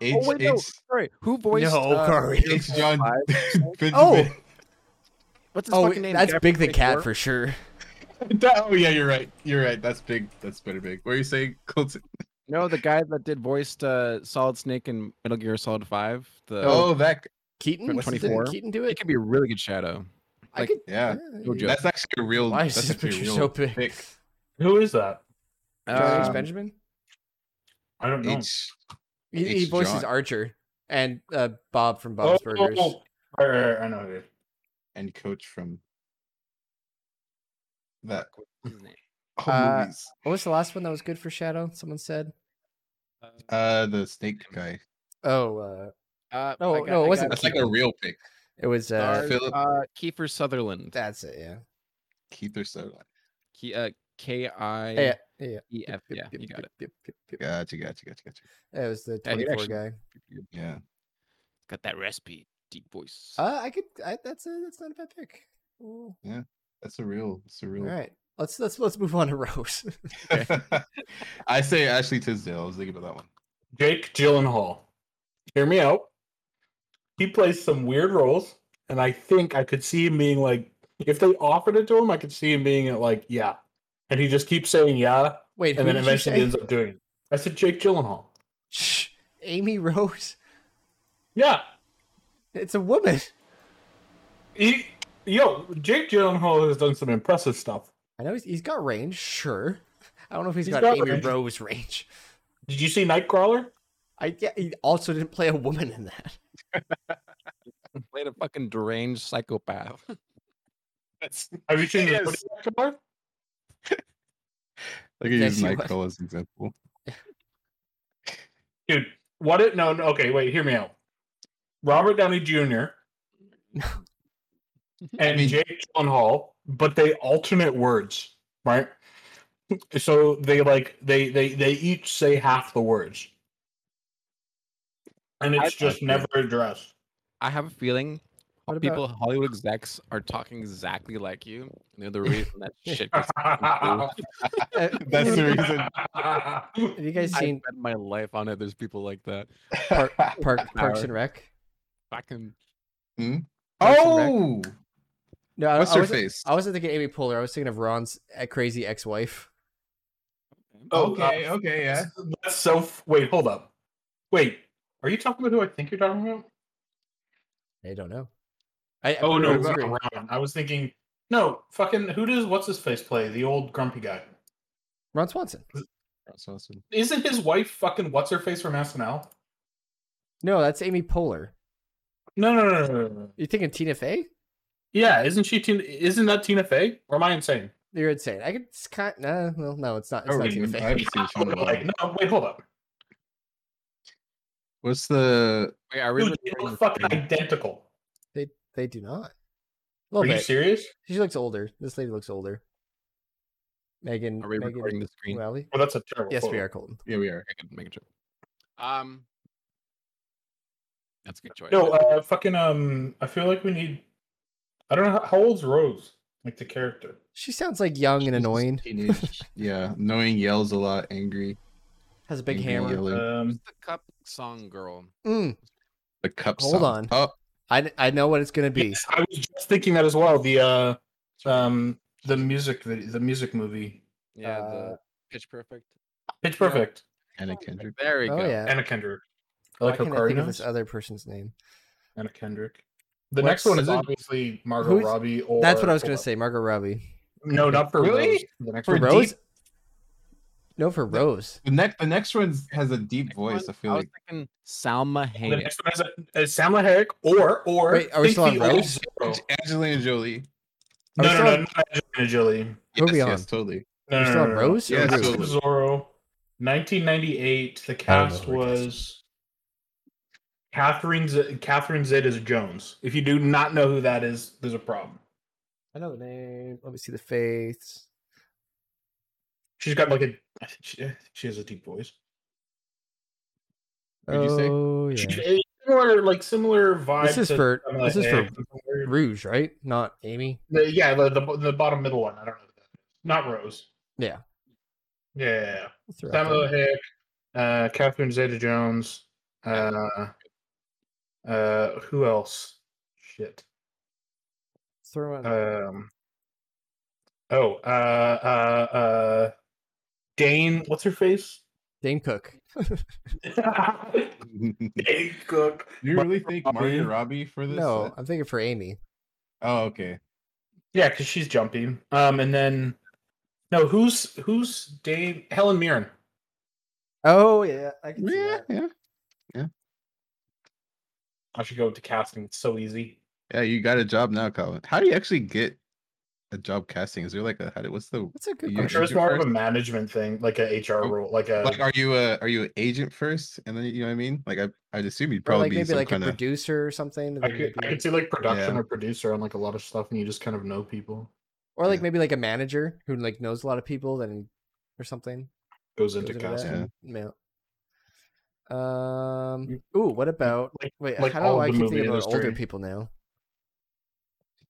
S4: H,
S1: Oh, wait, no.
S4: H,
S1: Sorry, who voiced? uh,
S2: No, Corey.
S4: H John Benjamin.
S2: Oh!
S1: What's his
S2: Oh,
S1: fucking name?
S2: that's
S1: Jeffrey
S2: Big the
S1: Big
S2: Cat
S1: Four?
S2: for sure.
S4: That- oh yeah, you're right. You're right. That's big. That's better big. What are you saying,
S2: Uh,
S4: Colton?
S1: No, the guy that did voiced uh, Solid Snake in Metal Gear Solid Five. The
S4: Oh,
S1: oh,
S4: that
S2: Keaton,
S1: From
S2: What's- didn't
S1: 24?
S2: Keaton do
S1: he
S2: it.
S1: could be a really good Shadow.
S2: I
S1: like-
S2: could.
S4: yeah.
S1: no
S2: you-
S1: joke.
S4: That's actually a real.
S2: Why is
S4: that's
S2: this
S4: actually a
S2: picture
S4: real
S2: so big?
S4: pick.
S3: Who is that?
S2: John H.
S1: Um,
S2: Benjamin.
S3: I don't know.
S4: H.
S2: He, he
S4: H.
S2: voices
S4: John.
S2: Archer and uh, Bob from
S3: Oh.
S2: Bob's Burgers.
S3: Right, right, right, I know who it is.
S4: and coach from that
S1: his name.
S4: whole
S2: Uh,
S4: movies.
S2: What was the last one that was good for Shadow? Someone said.
S4: Uh, the snake guy.
S2: Oh, uh,
S1: Uh,
S2: No,
S1: I
S2: no, it
S1: I
S2: wasn't
S4: That's
S1: it.
S4: like a real pick.
S2: it was.
S1: Stars,
S2: Uh,
S4: Philip-
S1: uh, Kiefer Sutherland.
S2: that's it. Yeah.
S4: Keith or so.
S1: He, uh, K I
S2: Yeah. Yeah.
S1: E F.
S2: Yep,
S1: Yeah,
S2: yep,
S1: you got
S2: yep,
S1: it.
S2: yep, yep, yep.
S4: Gotcha, gotcha, gotcha, gotcha.
S2: It was the
S1: Yeah, he
S2: 24
S1: actually-
S2: guy.
S4: Yeah.
S1: Got that recipe, deep voice.
S2: Uh, I could. I, that's a, that's not a bad pick. Ooh.
S4: That's a real. That's a
S2: All
S4: real.
S2: right, let's let's let's move on to Rose.
S4: I say Ashley Tisdale. I was thinking about that one.
S3: Jake Gyllenhaal. Hear me out. He plays some weird roles, and I think I could see him being like, if they offered it to him, I could see him being like, yeah. And he just keeps saying yeah,
S2: Wait,
S3: and
S2: who
S3: then
S2: did you
S3: eventually
S2: say?
S3: ends up doing it. I said Jake Gyllenhaal.
S2: Shh, Amy Rose.
S3: Yeah.
S2: It's a woman.
S3: He, yo, Jake Gyllenhaal has done some impressive stuff.
S2: I know he's, he's got range. Sure, I don't know if he's
S3: He's
S2: got,
S3: got
S2: Amy
S3: range.
S2: Rose range.
S3: Did you see Nightcrawler?
S2: I yeah, he also didn't play a woman in that.
S1: Played a fucking deranged psychopath.
S4: That's
S3: Have you seen the
S4: Yes.
S3: Zodiac Killer?
S4: like you
S2: Yes,
S4: use
S2: he was.
S4: Nightcrawler as an example.
S3: Dude, what it no, no okay, wait, hear me out. Robert Downey Jr. and
S4: mean-
S3: Jake Gyllenhaal, but they alternate words, right? So they like they they they each say half the words. And it's
S1: I-
S3: just
S1: I-
S3: never addressed.
S1: I have a feeling
S2: What about-
S1: people Hollywood execs are talking exactly like you. and They're the reason that shit. Gets
S2: Uh,
S4: That's the reason.
S2: Have you guys
S1: I
S2: seen
S1: spent my life on it. There's people like that.
S2: Park, Parks
S1: Howard.
S2: and Rec?
S1: Fucking
S4: oh,
S2: No, I,
S4: what's
S2: I
S4: her
S2: wasn't,
S4: face?
S2: I wasn't thinking Amy Poehler. I was thinking of Ron's uh, crazy ex-wife.
S4: Okay,
S3: uh,
S4: okay, yeah.
S3: That's so f- wait, hold up. Wait, are you talking about who I think you're talking about?
S2: I don't know. I,
S3: Oh no,
S2: I
S3: it's not
S2: disagree.
S3: Ron. I was thinking no, fucking who does what's his face play? The old grumpy guy.
S2: Ron Swanson.
S4: That's awesome.
S3: Isn't his wife fucking what's her face from SNL?
S2: No, that's Amy Poehler.
S3: No, no, no, no, no, no.
S2: You're thinking Tina Fey?
S3: Yeah, isn't she Tina? Isn't that Tina Fey? Or am I insane?
S2: You're insane. I could. It's kind, nah, well, no, it's not. It's
S4: Oh,
S2: not
S4: really?
S2: Tina
S4: I
S2: Fey.
S4: haven't seen Shaun of the
S3: Like,
S4: Dead.
S3: no, wait, hold up.
S4: What's the
S1: wait, are we?
S3: Dude, they
S1: recording this
S3: look fucking
S1: thing?
S3: identical.
S2: They do not. A
S3: Are
S2: little
S3: you
S2: bit.
S3: serious?
S2: She looks older. This lady looks older. Megan.
S1: Are we
S2: Megan
S1: recording the screen?
S2: Mullally?
S3: Well, Oh, that's a terrible.
S2: Yes, we
S3: photo.
S2: are, Colton.
S4: yeah we are.
S1: I could make a joke. Um, that's a good choice.
S3: No, uh, fucking. Um, I feel like we need. I don't know how, how old's Rose, like the character.
S2: She sounds like young and
S4: She's
S2: annoying.
S4: Teenage. yeah, annoying yells a lot, angry.
S2: Has a big
S4: angry
S2: hammer.
S4: yelling.
S1: Who's
S3: Um,
S1: the cup song girl?
S2: Mm,
S4: the cup.
S2: Hold
S4: song.
S2: on.
S4: Oh,
S2: I, I know what it's gonna be.
S3: yes, I was just thinking that as well. The uh, um, the music, vid- the music movie,
S1: Yeah,
S2: Uh,
S1: the Pitch Perfect.
S3: Pitch Perfect,
S4: Anna Kendrick.
S1: There we
S2: Oh
S1: go.
S2: yeah.
S3: Anna Kendrick. I
S2: Why
S3: like her
S2: can't I think of this
S3: cardinals.
S2: other person's name?
S3: Anna Kendrick. The
S2: What's-
S3: next one is
S4: Is it-
S3: obviously Margot
S2: Who's-
S3: Robbie. Or
S2: That's what I was gonna
S3: hold up.
S2: say. Margot Robbie.
S3: No, not for
S4: Really?
S3: Rose. The next
S4: For
S2: For
S3: one.
S4: deep-
S2: Rose. No, for Rose.
S4: The next, the next one has a deep
S1: Next
S4: voice.
S1: one,
S4: I feel
S1: was
S4: like
S1: thinking Salma
S3: The
S1: Hayek.
S3: next one is, a, is Salma Hayek or or
S2: Wait, are we
S3: think
S2: still on
S3: the old
S2: Rose?
S3: Zorro.
S4: Angelina Jolie.
S2: Are
S3: No,
S2: we
S3: no,
S2: still
S3: no,
S2: on-
S3: not Angelina Jolie.
S2: Who are we
S4: Yes,
S2: on?
S4: yes, totally.
S3: No,
S2: We're
S3: no,
S2: still
S3: no,
S2: on
S3: no, no.
S2: Rose. or
S4: Yeah,
S2: Ruth?
S3: Next one
S4: Rose.
S3: is Zorro. 1998. The
S2: don't know
S3: cast
S2: who it is.
S3: was Catherine Z- Catherine Zeta Jones. If you do not know who that is, there's a problem.
S2: I know the name. Let me see the face.
S3: She's got like a she, she has a deep voice.
S4: What'd you say?
S2: Oh yeah.
S3: She- similar like similar vibe.
S2: This is
S3: to
S2: for-
S3: Salma
S2: this is for-
S3: Hayek.
S2: Rouge, right? Not Amy.
S3: The- yeah, the, the the bottom middle one. I don't know. Who that is. Not Rose.
S2: Yeah.
S3: Yeah. yeah, yeah.
S2: Let's throw out
S3: Samuel
S2: there.
S3: Hick, uh, Catherine Zeta Jones, uh, uh, who else? Shit.
S2: Let's Throw out.
S3: Um, oh, uh, uh, uh, Dane, what's her face?
S2: Dane Cook.
S4: Do
S3: Dane Cook.
S4: you really think
S3: Robbie?
S4: Margot Robbie for this?
S2: No, I'm thinking for Amy.
S4: Oh, okay.
S3: Yeah, because she's jumping. Um, and then no, who's who's Dane? Helen Mirren.
S2: Oh yeah, I can see
S4: Yeah,
S2: that.
S4: yeah,
S3: I should go to casting. It's so easy.
S4: yeah. You got a job now, Colin. How do you actually get a job casting? Is there like a how do, what's the
S2: That's a good
S4: You-
S3: I'm
S2: question.
S3: sure it's
S4: Agent
S3: more of a
S4: first?
S3: management thing, like a HR
S4: Oh,
S3: role, like a
S4: like? Are you a are you an agent first, and then you know what I mean? Like I I'd assume you'd
S2: Or
S4: probably
S2: like
S4: be
S2: maybe
S4: some
S2: like a
S4: kind of
S2: producer or something. and
S3: I
S2: then
S3: could, I
S2: maybe-
S3: could see like production
S4: Yeah.
S3: or producer on like a lot of stuff, and you just kind of know people
S2: or like
S4: yeah.
S2: maybe like a manager who like knows a lot of people then or something.
S3: goes
S2: goes
S3: into
S2: into
S3: casting.
S2: that. Yeah. Um. Ooh, what about
S3: Like-
S2: wait?
S3: like
S2: how do
S3: all
S2: I
S3: the
S2: keep
S3: movie
S2: thinking about older
S3: industry.
S2: people now?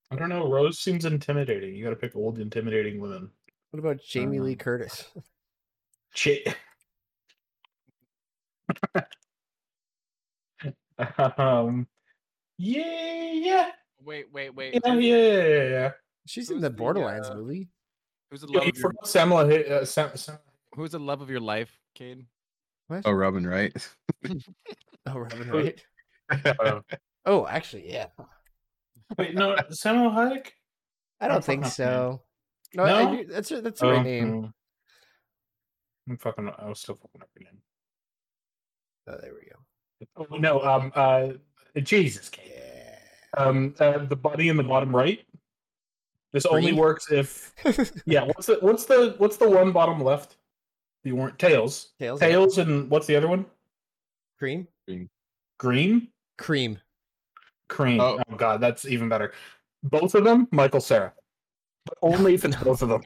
S3: I don't know. Rose seems intimidating. You got to pick old, intimidating women.
S2: What about Jamie Lee
S3: Uh-huh.
S4: Um,
S2: Curtis?
S3: Shit. um. Yeah, yeah,
S1: Wait, wait, wait.
S3: yeah, yeah,
S1: who-
S3: yeah, yeah, yeah.
S2: She's
S1: who's
S2: in the
S1: the,
S2: Borderlands
S1: uh,
S2: movie.
S1: Who's the
S3: Yo,
S1: love?
S3: you
S1: Of your,
S3: forgot Samuel. Hi- Uh, Sam, Sam,
S1: who's the love of your life, Cade?
S2: What?
S4: oh
S2: Oh,
S4: Robin Wright.
S2: Robin
S3: who-
S2: Wright. Oh, actually, yeah.
S3: wait, no, Samuel Hayek.
S2: I
S3: I'm
S2: don't
S3: fucking
S2: think
S3: up her name.
S2: so. No, I
S3: No? Oh.
S2: knew- that's a, that's the
S3: Um,
S2: right name.
S3: mm. I'm fucking. I was still fucking up your name.
S2: Oh, there we go.
S3: Oh, no, um, uh, Jesus, Kate.
S2: Yeah.
S3: Um, uh, the bunny in the bottom right. This only
S4: Green?
S3: works if yeah. What's the what's the what's the one bottom left? You weren't tails.
S2: Tails. yeah.
S3: Tails and what's the other one?
S2: Cream.
S3: Green.
S2: Cream.
S3: Cream.
S4: Oh.
S3: Oh. God, that's even better. Both of them, Michael Sarah. But only if it's both of them.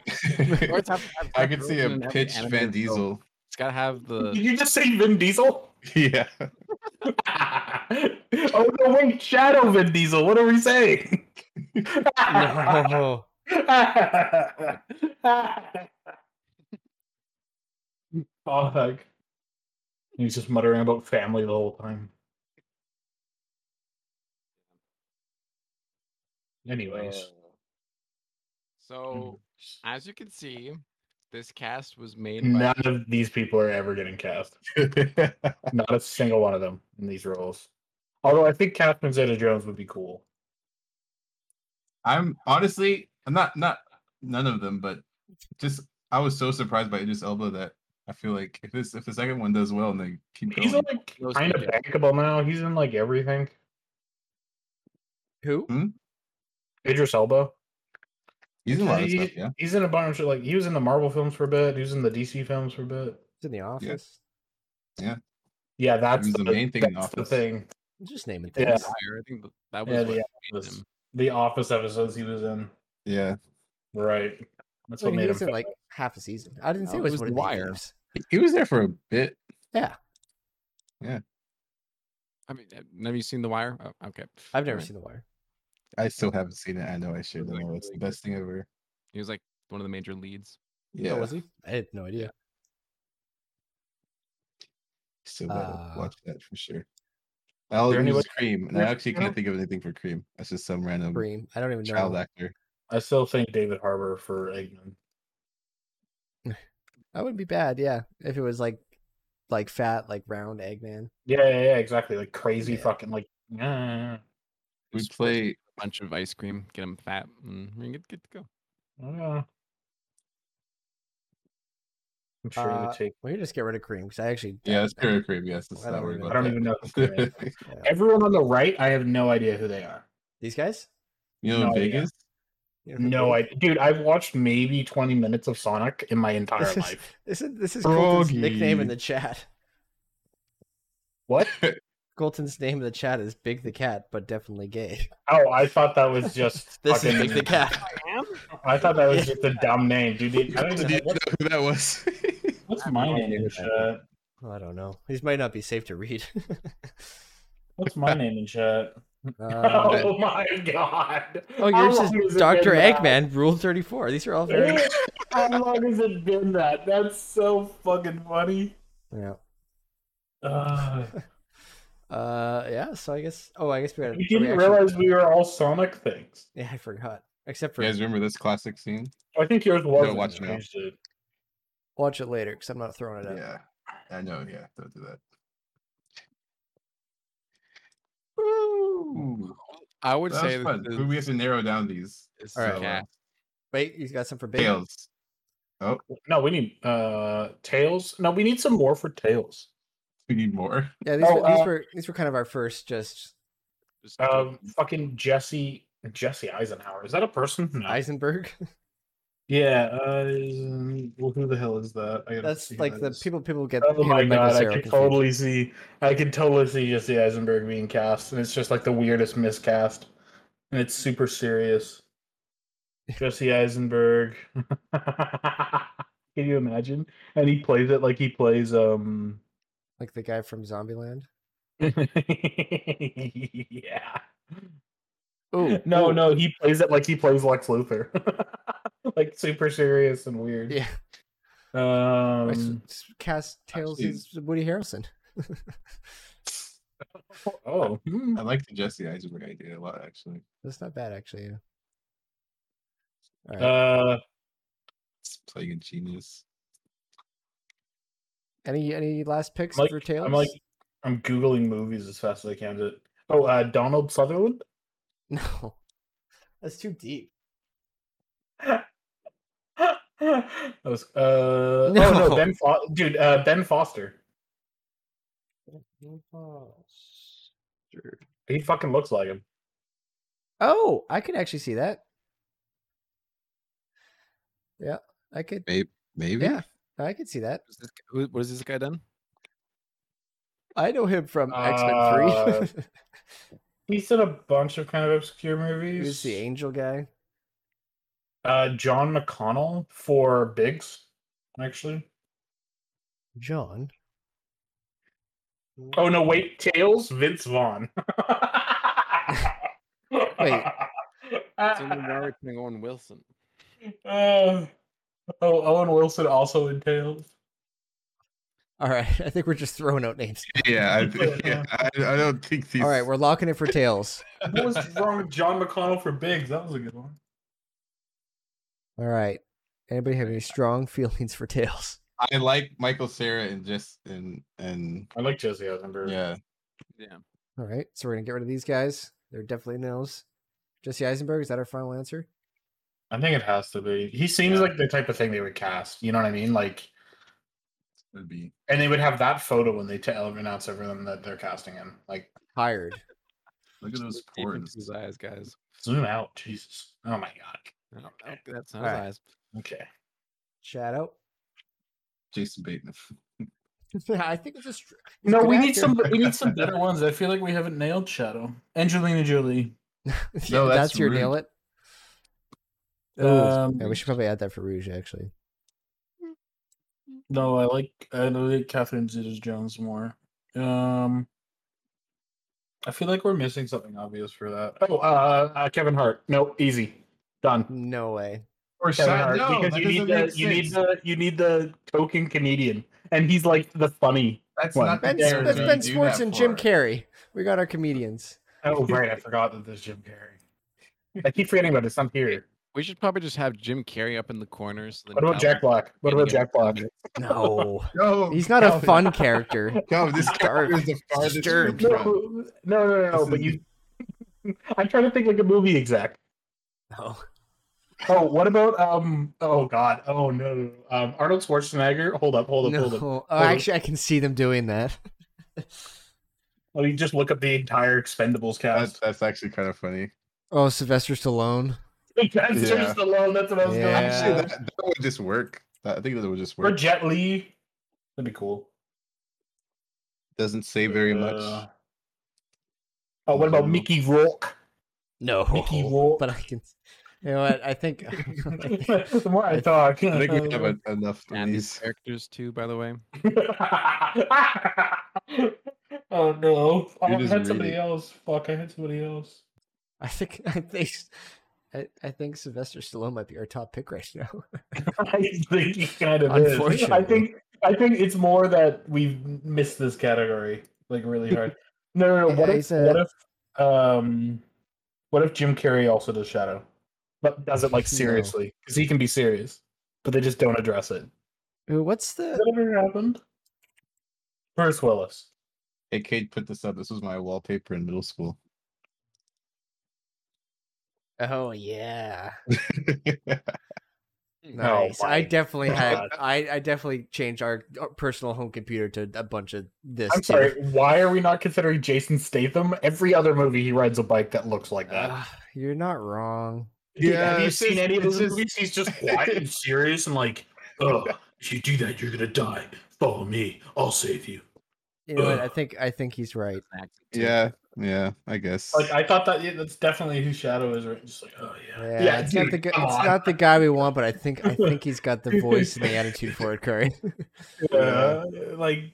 S1: Or it's have to have
S4: I
S1: Seth
S4: could see a
S1: Rogen in every
S4: pitched Van
S1: animated film.
S4: Diesel.
S1: It's gotta have
S3: Did
S1: the
S3: you just say Vin Diesel?
S4: Yeah.
S3: oh no! Wait, Shadow Vin Diesel. What are we saying?
S2: No.
S3: oh, heck. He's just muttering about family the whole time. Anyways,
S1: so as you can see, this cast was made by
S3: none of these people are ever getting cast. Not a single one of them in these roles. Although I think Catherine Zeta-Jones would be cool.
S4: I'm honestly, I'm not not none of them, but just I was so surprised by Idris Elba that I feel like if this if the second one does well and they keep
S3: He's
S4: going,
S3: like
S1: Those
S3: kind of
S1: people.
S3: bankable now. He's in like everything.
S2: Who?
S3: Idris Elba.
S4: he's in a lot of
S3: He-
S4: stuff. Yeah,
S3: He's in a bunch of like he was in the Marvel films for a bit. He was in the DC films for a bit.
S2: It's in the office.
S3: Yeah, that's
S4: was the main thing in
S3: that's
S4: Office.
S3: The thing,
S2: I'm Just naming
S3: Yeah.
S2: things.
S1: Fire. I think that- that was
S3: Yeah,
S1: what
S3: the
S1: made
S3: Office.
S1: him.
S3: the Office episodes he was in.
S4: yeah.
S3: Right, that's
S2: I
S3: what
S2: mean, he
S3: made him.
S2: was in like half a season. I didn't say
S1: No,
S2: it
S1: it
S2: was,
S1: was
S2: one
S1: The
S2: of the
S1: Wire.
S2: Thieves.
S4: He was there for a bit.
S1: I mean, have- have you seen The Wire? Oh, okay.
S2: I've never
S1: Alright.
S2: seen The Wire.
S4: I still haven't seen it. I know I should. I know it's the best thing ever.
S1: He was like one of the major leads.
S4: Yeah,
S2: Oh, was he? I had no idea.
S4: still gotta
S2: Uh,
S4: watch that for sure. I'll
S3: there
S4: use
S3: anybody-
S4: Cream, and I
S3: Yeah.
S4: actually can't think of anything for Cream. That's just some random
S2: Cream. I don't even know.
S4: child actor.
S3: I still think David Harbour for Eggman.
S2: That wouldn't be bad, yeah. If it was like like fat, like round Eggman.
S3: Yeah, yeah, yeah, exactly. Like crazy
S2: Yeah.
S3: fucking like. Yeah,
S4: We
S1: Just
S4: play
S1: a bunch of ice cream, get him fat, and we're good, good to go.
S3: yeah, Oh, yeah. I'm sure it
S2: Uh,
S3: would take.
S2: We could just get rid of cream because I actually
S4: Yeah, it's
S2: don't know.
S4: Curry Cream. Yes, let's
S2: I
S4: not
S2: don't
S4: worry
S2: even-
S4: about
S3: I don't even know. who's doing it.
S4: that.
S2: Yeah.
S3: Everyone on the right, I have no idea who they are.
S2: These guys?
S4: you
S3: No
S4: know, in
S3: idea.
S4: Vegas.
S2: You know who Cream-
S3: No, I dude, I've watched maybe 20 minutes of Sonic in my entire
S2: This is,
S3: life.
S2: this is this is Colton's nickname in
S4: Froggy.
S2: the chat.
S3: What?
S2: Colton's name in the chat is Big the Cat, but definitely gay.
S3: Oh, I thought that was just
S2: This is
S3: fucking-
S2: Big the Cat.
S3: I thought that was just a dumb name, dude. I don't
S4: Do
S3: even know
S4: you know
S3: what,
S4: who that was?
S3: what's my name and shit.
S2: Oh, I don't know. These might not be safe to read.
S3: What's my name and shit?
S2: Uh,
S3: oh my god!
S2: oh,
S3: How
S2: yours
S3: long has
S2: is
S3: it
S2: Doctor
S3: been that?
S2: Eggman, Rule Thirty Four. These are all very
S3: How long has it been that? That's so fucking funny.
S2: yeah.
S3: Uh,
S2: Uh, yeah. So I guess. Oh, I guess we got.
S3: we didn't realize we were all Sonic things.
S2: Yeah, I forgot. Except for
S4: you guys remember this classic scene?
S3: I think yours was.
S4: watch now.
S2: watch it later because I'm not throwing it out.
S4: Yeah, I know. Yeah, don't do that. Ooh,
S1: I would
S4: that
S1: say this
S4: was fun.
S1: is-
S4: We have to narrow down these.
S1: this is
S2: All right,
S1: the
S2: well,
S1: cast.
S2: Wait, you got some for Big.
S4: Tails.
S3: No, we need uh tails. No, we need some more for tails.
S4: We need more.
S2: Yeah, these,
S3: Oh,
S2: were, these
S3: uh,
S2: were these were kind of our first. Just
S1: Just do it.
S3: Um, fucking Jesse Jesse Eisenhower. Is that a person? No.
S2: Eisenberg.
S3: yeah. Uh, is- well, who the hell is that? I gotta
S2: That's
S3: see who
S2: like
S3: that
S2: the
S3: is.
S2: people people get.
S3: Oh
S2: him
S3: my
S2: and Michael
S3: god! I
S2: Cera
S3: can
S2: confused.
S3: totally see. I can totally see Jesse Eisenberg being cast, and it's just like the weirdest miscast, and it's super serious. Jesse Eisenberg. can you imagine? And he plays it like he plays um.
S2: like the guy from Zombieland.
S3: yeah.
S2: Oh
S3: No, no, he plays it like he plays Lex Luthor. like super serious and weird.
S2: Yeah, I s-
S3: Um,
S2: s- cast Tails
S4: actually-
S2: is Woody Harrelson.
S3: oh, hmm.
S4: I like the Jesse Eisenberg idea a lot, actually.
S2: That's not bad actually. Yeah. All right.
S3: uh,
S4: It's playing a genius.
S2: any any last picks
S3: like-
S2: for Tails?
S3: Uh, I'm like, I'm googling movies as fast as I can. To... Oh, uh, Donald Sutherland.
S2: no, that's too deep.
S3: that was uh, oh
S2: No.
S3: no, Ben, Fo- dude, uh, Ben Foster.
S4: Sure.
S3: He fucking looks like him.
S2: Oh, I could actually see that. Yeah, I could.
S4: Maybe.
S2: Yeah. I could see that.
S1: Is this, who, what has this guy done?
S2: I know him from X
S3: Uh,
S2: Men Three.
S3: He's in a bunch of kind of obscure movies.
S2: He's the angel guy.
S3: Uh, John McConnell for Biggs, actually.
S2: John.
S3: Oh no, wait, Tails, Vince Vaughn.
S2: Wait.
S1: It's only Warwick and Owen Wilson.
S3: Uh, oh, Owen Wilson also in Tails.
S2: All right, I think we're just throwing out names.
S4: Yeah. I, think- yeah I, I don't think these.
S2: All right, we're locking it for tails.
S3: What was wrong with John McConnell for Biggs? That was a good one.
S2: All right. Anybody have any strong feelings for tails?
S4: I like Michael Sarah and just and and
S3: I like Jesse Eisenberg.
S4: yeah.
S1: Yeah.
S2: All right, so we're gonna get rid of these guys. They're definitely no's. Jesse Eisenberg is that our final answer?
S3: I think it has to be. He seems like the type of thing they would cast. You know what I mean? Like,
S4: Would be.
S3: and they would have that photo when they tell announce everyone that they're casting him. Like,
S2: Hired.
S4: Look at those
S1: Deep into
S4: pores.
S1: his eyes, guys.
S3: zoom out, Jesus. Oh my god.
S1: I don't know. That's not his
S2: Alright.
S1: eyes.
S3: Okay.
S2: Shadow.
S4: Jason Bateman.
S2: I think it's a. Str- he's a
S3: No,
S2: good
S3: we need
S2: actor.
S3: some. We need some better ones. I feel like we haven't nailed Shadow. Angelina Jolie.
S2: Yeah,
S4: No,
S2: that's,
S4: that's
S2: your
S4: rude.
S2: nail it.
S3: Um,
S2: yeah, we should probably add that for Rouge actually.
S3: No, I like I like Catherine Zeta-Jones more. Um, I feel like we're missing something obvious for that. Oh, uh, uh Kevin Hart. No, easy, done.
S2: No way.
S4: Or
S3: Kevin
S4: Sa-
S3: Hart,
S4: no,
S3: because
S4: that
S3: you need
S4: doesn't
S3: the
S4: make
S3: you need
S4: sense.
S3: the you need the token Canadian, and he's like the funny.
S4: That's
S3: one.
S4: not the
S2: Ben,
S3: dare
S2: that's
S4: character
S2: Ben
S4: you do
S2: Schwartz
S4: that
S2: and Jim
S4: for.
S2: Carrey. We got our comedians.
S3: Oh right, I forgot that there's Jim Carrey. I keep forgetting about it. Some here.
S1: We should probably just have Jim Carrey up in the corner. So then
S3: What about
S1: Cal-
S3: Jack Black? What about Jack Black?
S2: No,
S4: No,
S2: he's not a
S4: Calvin.
S2: fun character.
S4: No, this character is the farthest
S2: Disturbed.
S4: you've gone.
S3: No, no, no, no.
S4: This
S3: But
S4: is-
S3: you, I'm trying to think like a movie exec.
S2: No.
S3: Oh, what about um? Oh God! Oh no! no, no. Um, Arnold Schwarzenegger. Hold up! Hold up!
S2: no.
S3: Hold up!
S2: Oh,
S3: up.
S2: actually, I can see them doing that.
S3: Let me just look up the entire Expendables
S4: That's,
S3: cast.
S4: that's actually kind of funny.
S2: Oh, Sylvester Stallone.
S3: That's,
S4: yeah.
S3: just alone. That's what I was
S2: Yeah.
S4: Actually,
S3: going.
S4: that, that would just work. That- I think that would just
S3: Or
S4: work.
S3: Jet Li. That'd be cool.
S4: Doesn't say very much.
S3: Uh, oh, what about
S4: No.
S3: Mickey Rourke?
S2: No,
S3: Mickey Rourke.
S2: but I can. You know what? I think.
S3: the more I talk,
S4: I think we have en- enough of
S1: And these
S4: these.
S1: characters too, by the
S4: Hmm.
S1: way.
S3: oh no! I
S4: You're just
S3: had somebody
S4: reading.
S3: else. Fuck! I had somebody else.
S2: I think. I think. I, I think Sylvester Stallone might be our top pick right now.
S3: I think he kind of is. I
S2: Unfortunately.
S3: think I think it's more that we've missed this category like really hard. No, no, no. What
S2: Yeah,
S3: if
S2: he's a-
S3: what if um what if Jim Carrey also does Shadow, but does it like
S2: No.
S3: seriously because he can be serious, but they just don't address it.
S2: Ooh, What's
S3: Has
S2: the?
S3: that ever happened? Bruce Willis.
S4: Hey, Kate, put this up. This was my wallpaper in middle school.
S2: Oh yeah,
S3: No,
S2: nice. I
S3: Mike.
S2: definitely had.
S3: Oh God.
S2: I, I definitely changed our, our personal home computer to a bunch of this.
S3: I'm
S2: too.
S3: sorry. Why are we not considering Jason Statham? Every other movie, he rides a bike that looks like that.
S2: Ugh, you're not wrong.
S3: Dude,
S4: Yeah,
S3: have you
S4: it's
S3: seen
S4: just-
S3: any of
S4: it's
S3: his
S4: just-
S3: movies? He's just quiet and serious and like, oh, if you do that, you're gonna die. Follow me. I'll save you.
S2: You know what? I think. I think he's right.
S1: An accent, too.
S4: yeah, yeah, I guess.
S3: Like I thought that yeah, that's definitely who Shadow is. Right? Just like, oh yeah,
S2: Yeah, it's, not the, gu-
S3: come
S2: it's
S3: on.
S2: not the guy we want, but I think I think he's got the voice and the attitude for it, Curry. Uh,
S3: Yeah, like.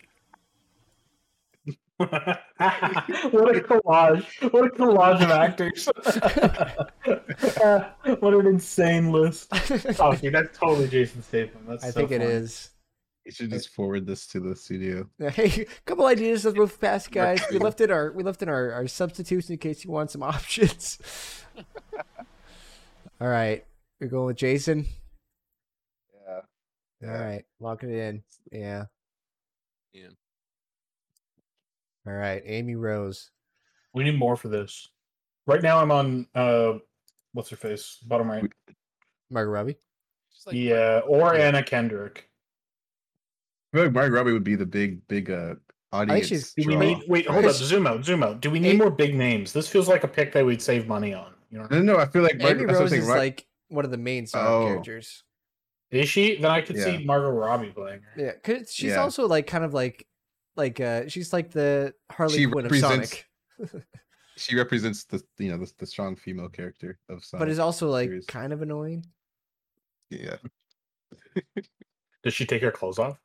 S3: what a collage! What a collage of actors! what an insane list! Oh, dude, that's totally Jason Statham. That's
S2: I
S3: so
S2: think it
S3: funny.
S2: is.
S4: you should just forward this to the studio.
S2: Hey, a couple ideas that move fast, guys. We left in our we left in our, our substitutes in case you want some options. All right, you're going with Jason.
S4: Yeah.
S2: All right, lock it in. Yeah.
S1: Yeah.
S2: All right, Amy Rose.
S3: We need more for this. Right now, I'm on uh, what's her face? Bottom right.
S2: Margot Robbie.
S1: Just like,
S3: yeah, or Anna Kendrick.
S4: I feel like Margot Robbie would be the big, big uh, Audience.
S2: she's-
S3: Do we
S4: draw.
S3: need wait, hold up,
S4: first.
S3: zoom out, zoom out. Do we need
S2: Eight-
S3: more big names? This feels like a pick that we'd save money on. You know what I
S4: No,
S3: mean?
S4: no, I feel like Mar-
S2: Amy
S4: that's what I'm
S2: Rose
S4: saying,
S2: is
S4: Mar-
S2: like one of the main side
S4: Oh.
S2: characters.
S3: Is she? Then I could
S4: Yeah.
S3: see Margot Robbie playing her.
S2: Yeah, cause she's
S4: Yeah.
S2: also like kind of like like uh she's like the Harley
S4: She
S2: Quinn of
S4: represents
S2: Sonic,
S4: she represents the you know the, the strong female character of Sonic.
S2: but is also like
S4: series.
S2: kind of annoying.
S4: yeah,
S3: Does she take her clothes off?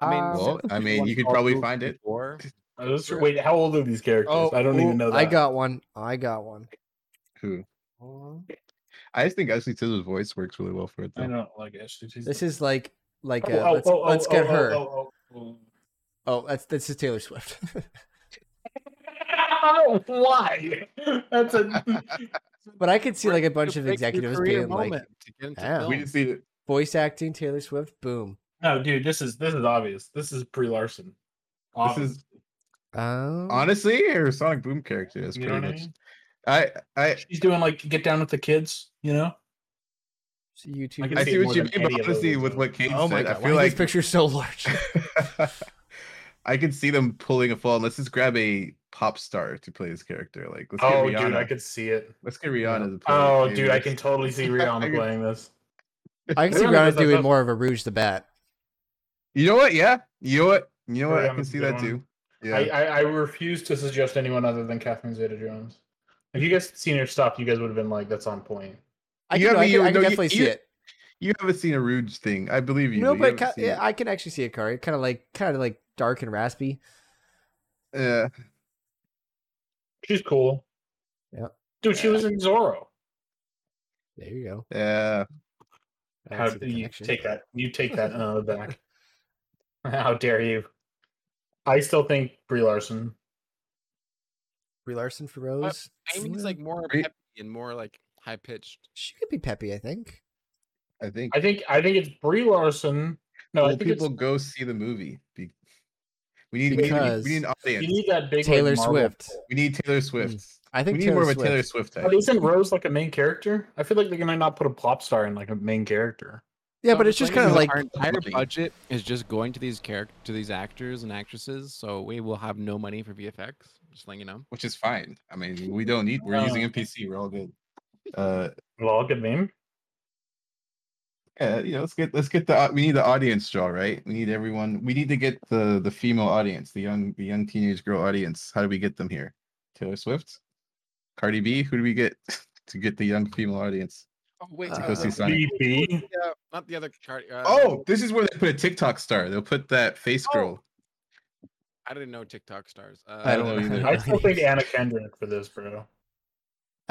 S1: I mean,
S2: Uh,
S1: so-
S4: well, I mean,
S1: One
S4: you could
S1: Paul
S4: probably
S1: Rudd
S4: find it.
S1: before.
S3: Uh, this-
S4: Sure.
S3: Wait, how old are these characters? I don't even
S2: ooh,
S3: know that.
S2: oh, I got one. I got one.
S4: Who? I just think Ashley Tisdale's voice works really well for it.
S3: I
S4: though.
S3: don't like Ashley. Tisdale.
S2: This is like like
S3: Oh,
S2: uh,
S3: oh,
S2: let's,
S3: oh,
S2: let's
S3: oh,
S2: get
S3: oh,
S2: her. Oh,
S3: oh, oh,
S2: that's this is Taylor Swift.
S3: oh. Why? That's a.
S2: but I could see like a
S1: Could
S2: bunch
S1: pick
S2: of
S1: your
S2: executives
S1: career
S2: being like
S1: moment to get into
S2: "Yeah,
S4: We
S1: film.
S4: just need it.
S2: voice acting Taylor Swift. Boom.
S3: no, dude. This is this is obvious. This is Pre Larson.
S4: This is Oh.
S2: Um,
S4: honestly her Sonic Boom character. That's
S3: You know
S4: pretty
S3: what I
S4: much.
S3: mean?
S4: I I
S3: She's doing like get down with the kids. You know.
S2: YouTube.
S3: I can
S4: I
S3: see
S4: see
S3: it
S4: what
S3: more
S4: you
S3: than
S4: mean,
S3: any
S4: but
S3: of
S4: honestly,
S3: those,
S4: with
S3: though.
S4: what Kate
S2: oh my
S4: said,
S2: god!
S4: I
S2: why
S4: feel
S2: are
S4: like
S2: these pictures so large?
S4: I could see them pulling a fall. Let's just grab a pop star to play this character. Like, let's get
S3: Oh,
S4: Rihanna.
S3: dude, I could see it.
S4: Let's get Rihanna. To play
S3: Oh,
S4: it,
S3: dude,
S4: maybe.
S3: I can totally see
S4: I
S3: Rihanna
S4: could-
S3: playing this.
S2: I can see
S3: Rihanna does
S2: Rihanna
S3: that
S2: doing
S3: stuff.
S2: more of a Rouge the Bat.
S4: You know what? Yeah. You know what? You know what? I can
S3: Rihanna's a
S4: see
S3: good
S4: that
S3: one.
S4: too. Yeah.
S3: I, I, I refuse to suggest anyone other than Catherine Zeta-Jones. If you guys had seen her stuff, you guys would have been like, "That's on point."
S2: I
S4: You
S2: can,
S4: have-
S2: I can,
S4: you-
S2: I can
S4: no, you-
S2: definitely see
S4: you-
S2: it.
S4: you haven't seen a Rouge thing. I believe you.
S2: no,
S4: you
S2: but
S4: haven't
S2: ca-
S4: seen
S2: yeah, I can actually see it, Kari. Kind of like kind of like dark and raspy.
S4: it. Yeah.
S3: She's cool.
S2: Yep.
S3: Dude, she was in Zorro.
S2: There you go.
S4: Yeah.
S2: I
S3: How
S2: see the
S3: do you
S2: connection.
S3: take that? You take that uh, back. How dare you? I still think Brie Larson.
S2: Brie Larson for Rose.
S1: Amy's
S2: Mm,
S1: like more
S4: Re-
S1: peppy and more like high pitched.
S2: she could be peppy. I think.
S4: I think.
S3: I think I think it's Brie Larson. No, I
S4: Will
S3: think
S4: people
S3: it's,
S4: go see the movie? Be- we need we need, we need,
S2: Because-
S4: we need an
S3: you
S4: audience.
S3: need that big like,
S2: Taylor
S3: Marvel
S2: Swift.
S3: pull.
S4: we need Taylor Swift.
S2: I
S4: We
S2: think
S4: need
S2: Taylor
S4: more of a
S2: Swift.
S4: Taylor Swift type.
S3: But isn't Rose like a main character? I feel like they're gonna not put a pop star in like a main character.
S2: Yeah,
S1: So
S2: but
S1: I'm
S2: it's just
S1: thinking
S2: kind of like
S1: our entire
S4: Lovely.
S1: budget is just going to these character to these actors and actresses, so we will have no money for VFX. Just letting you know.
S4: Which is fine. I mean, we don't need. We're
S3: No.
S4: using NPC. We're all good. Uh,
S3: Well, good name.
S4: yeah, you know, let's get let's get the au- we need the audience draw right. We need everyone. We need to get the the female audience, the young the young teenage girl audience. How do we get them here? Taylor Swift, Cardi B. Who do we get to get the young female audience?
S1: Oh wait,
S2: To go see
S4: Sonic.
S3: BP.
S1: yeah, not the other chart. Uh,
S4: Oh, this is where they put a TikTok star. They'll put that face
S1: Oh.
S4: girl.
S1: I didn't know TikTok stars. Uh,
S4: I don't know either.
S3: I still think Anna Kendrick for this, bro.
S2: Uh,